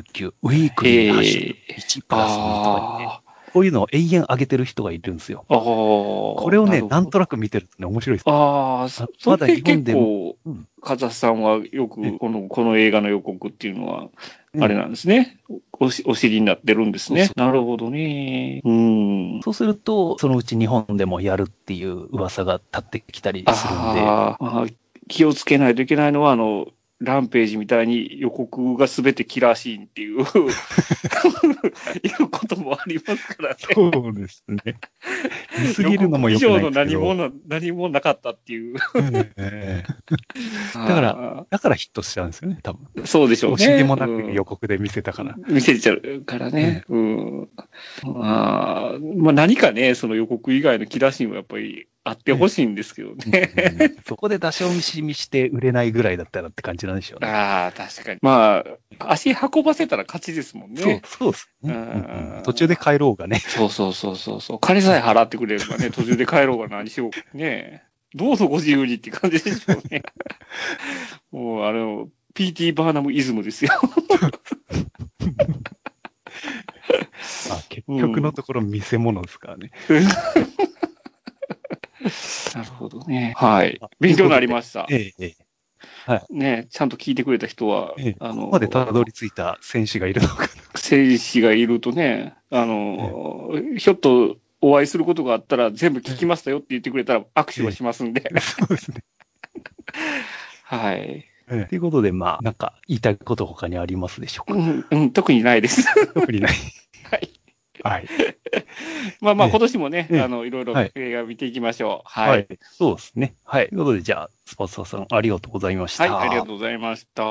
[SPEAKER 3] 2019、ウィークリーハッシュ
[SPEAKER 2] え
[SPEAKER 3] 1プラス1とかにね
[SPEAKER 2] あ
[SPEAKER 3] こういうのを永遠上げてる人がいるんですよ。
[SPEAKER 2] あ、こ
[SPEAKER 3] これをね、なんと
[SPEAKER 2] なく
[SPEAKER 3] なく見てるとね、面白いです。
[SPEAKER 2] ああ、そそ
[SPEAKER 3] まだ
[SPEAKER 2] れ
[SPEAKER 3] 日
[SPEAKER 2] で
[SPEAKER 3] 本で
[SPEAKER 2] 結構
[SPEAKER 3] うん、
[SPEAKER 2] カザフさんはよ
[SPEAKER 3] ええ
[SPEAKER 2] くこの、この映画の予告っていうのは、
[SPEAKER 3] うん
[SPEAKER 2] あれなんですね。おしお尻になってるんですね
[SPEAKER 3] そ。う
[SPEAKER 2] なるほどね。うん。
[SPEAKER 3] そうすると、そのうち日本でもやるっていう噂が立ってきたりするんで、
[SPEAKER 2] あーあー、気をつけないといけないのは、あの、ランページみたいに予告がすべてキラーシーンっていう、いうこともありますからね。
[SPEAKER 3] そうです ね。見すぎるのも良くない
[SPEAKER 2] 予告以上の
[SPEAKER 3] ですけ
[SPEAKER 2] 何
[SPEAKER 3] ど
[SPEAKER 2] もな、何もなかったっていう。
[SPEAKER 3] ええ
[SPEAKER 2] だ
[SPEAKER 3] からだからヒットしちゃうんですよね、多分。
[SPEAKER 2] そうでしょうね。
[SPEAKER 3] 惜しげもなく
[SPEAKER 2] うん
[SPEAKER 3] 予告で見せたから。
[SPEAKER 2] 見せちゃうからね。うん。あーまあ、何かね、その予告以外のキラーシーンはやっぱりあってほしいんですけどね。
[SPEAKER 3] うんそこで出し惜しみして売れないぐらいだったらって感じなんでしょうね。
[SPEAKER 2] ああ、確かに。まあ、足運ばせたら勝ちですもんね。
[SPEAKER 3] そう、そうですね。
[SPEAKER 2] うん
[SPEAKER 3] うんうん途中で帰ろうがね。
[SPEAKER 2] そうそうそうそうそう。金さえ払ってくれればね、途中で帰ろうが何しようがね。どうぞご自由にって感じでしょう ね。もう、あの、PT バーナムイズムですよ。
[SPEAKER 3] あ結局のところ見せ物ですからね。
[SPEAKER 2] なるほどね。はい。勉強になりました。
[SPEAKER 3] ええええ
[SPEAKER 2] ね、ちゃんと聞いてくれた人は、
[SPEAKER 3] ええ
[SPEAKER 2] あ
[SPEAKER 3] こ
[SPEAKER 2] の
[SPEAKER 3] こまでたどり着いた選手がいるのか。
[SPEAKER 2] 戦士がいるとね、あの、ひょっとお会いすることがあったら全部聞きましたよって言ってくれたら握手はしますんで。
[SPEAKER 3] そうですね。
[SPEAKER 2] はい。
[SPEAKER 3] ということで、まあ、なんか言いたいこと他にありますでしょう
[SPEAKER 2] う
[SPEAKER 3] か。
[SPEAKER 2] ん、うん、特にないです。
[SPEAKER 3] 特 にない。
[SPEAKER 2] はい。
[SPEAKER 3] はい。
[SPEAKER 2] まあまあ
[SPEAKER 3] ええ
[SPEAKER 2] 今年もね、
[SPEAKER 3] ええ
[SPEAKER 2] あの、いろいろ
[SPEAKER 3] はい
[SPEAKER 2] 映画見ていきましょう。はい。
[SPEAKER 3] は
[SPEAKER 2] はい
[SPEAKER 3] い。そうですね。はい。ということで、じゃあ、スポーツさんありがとうございました。
[SPEAKER 2] ありがとうございました。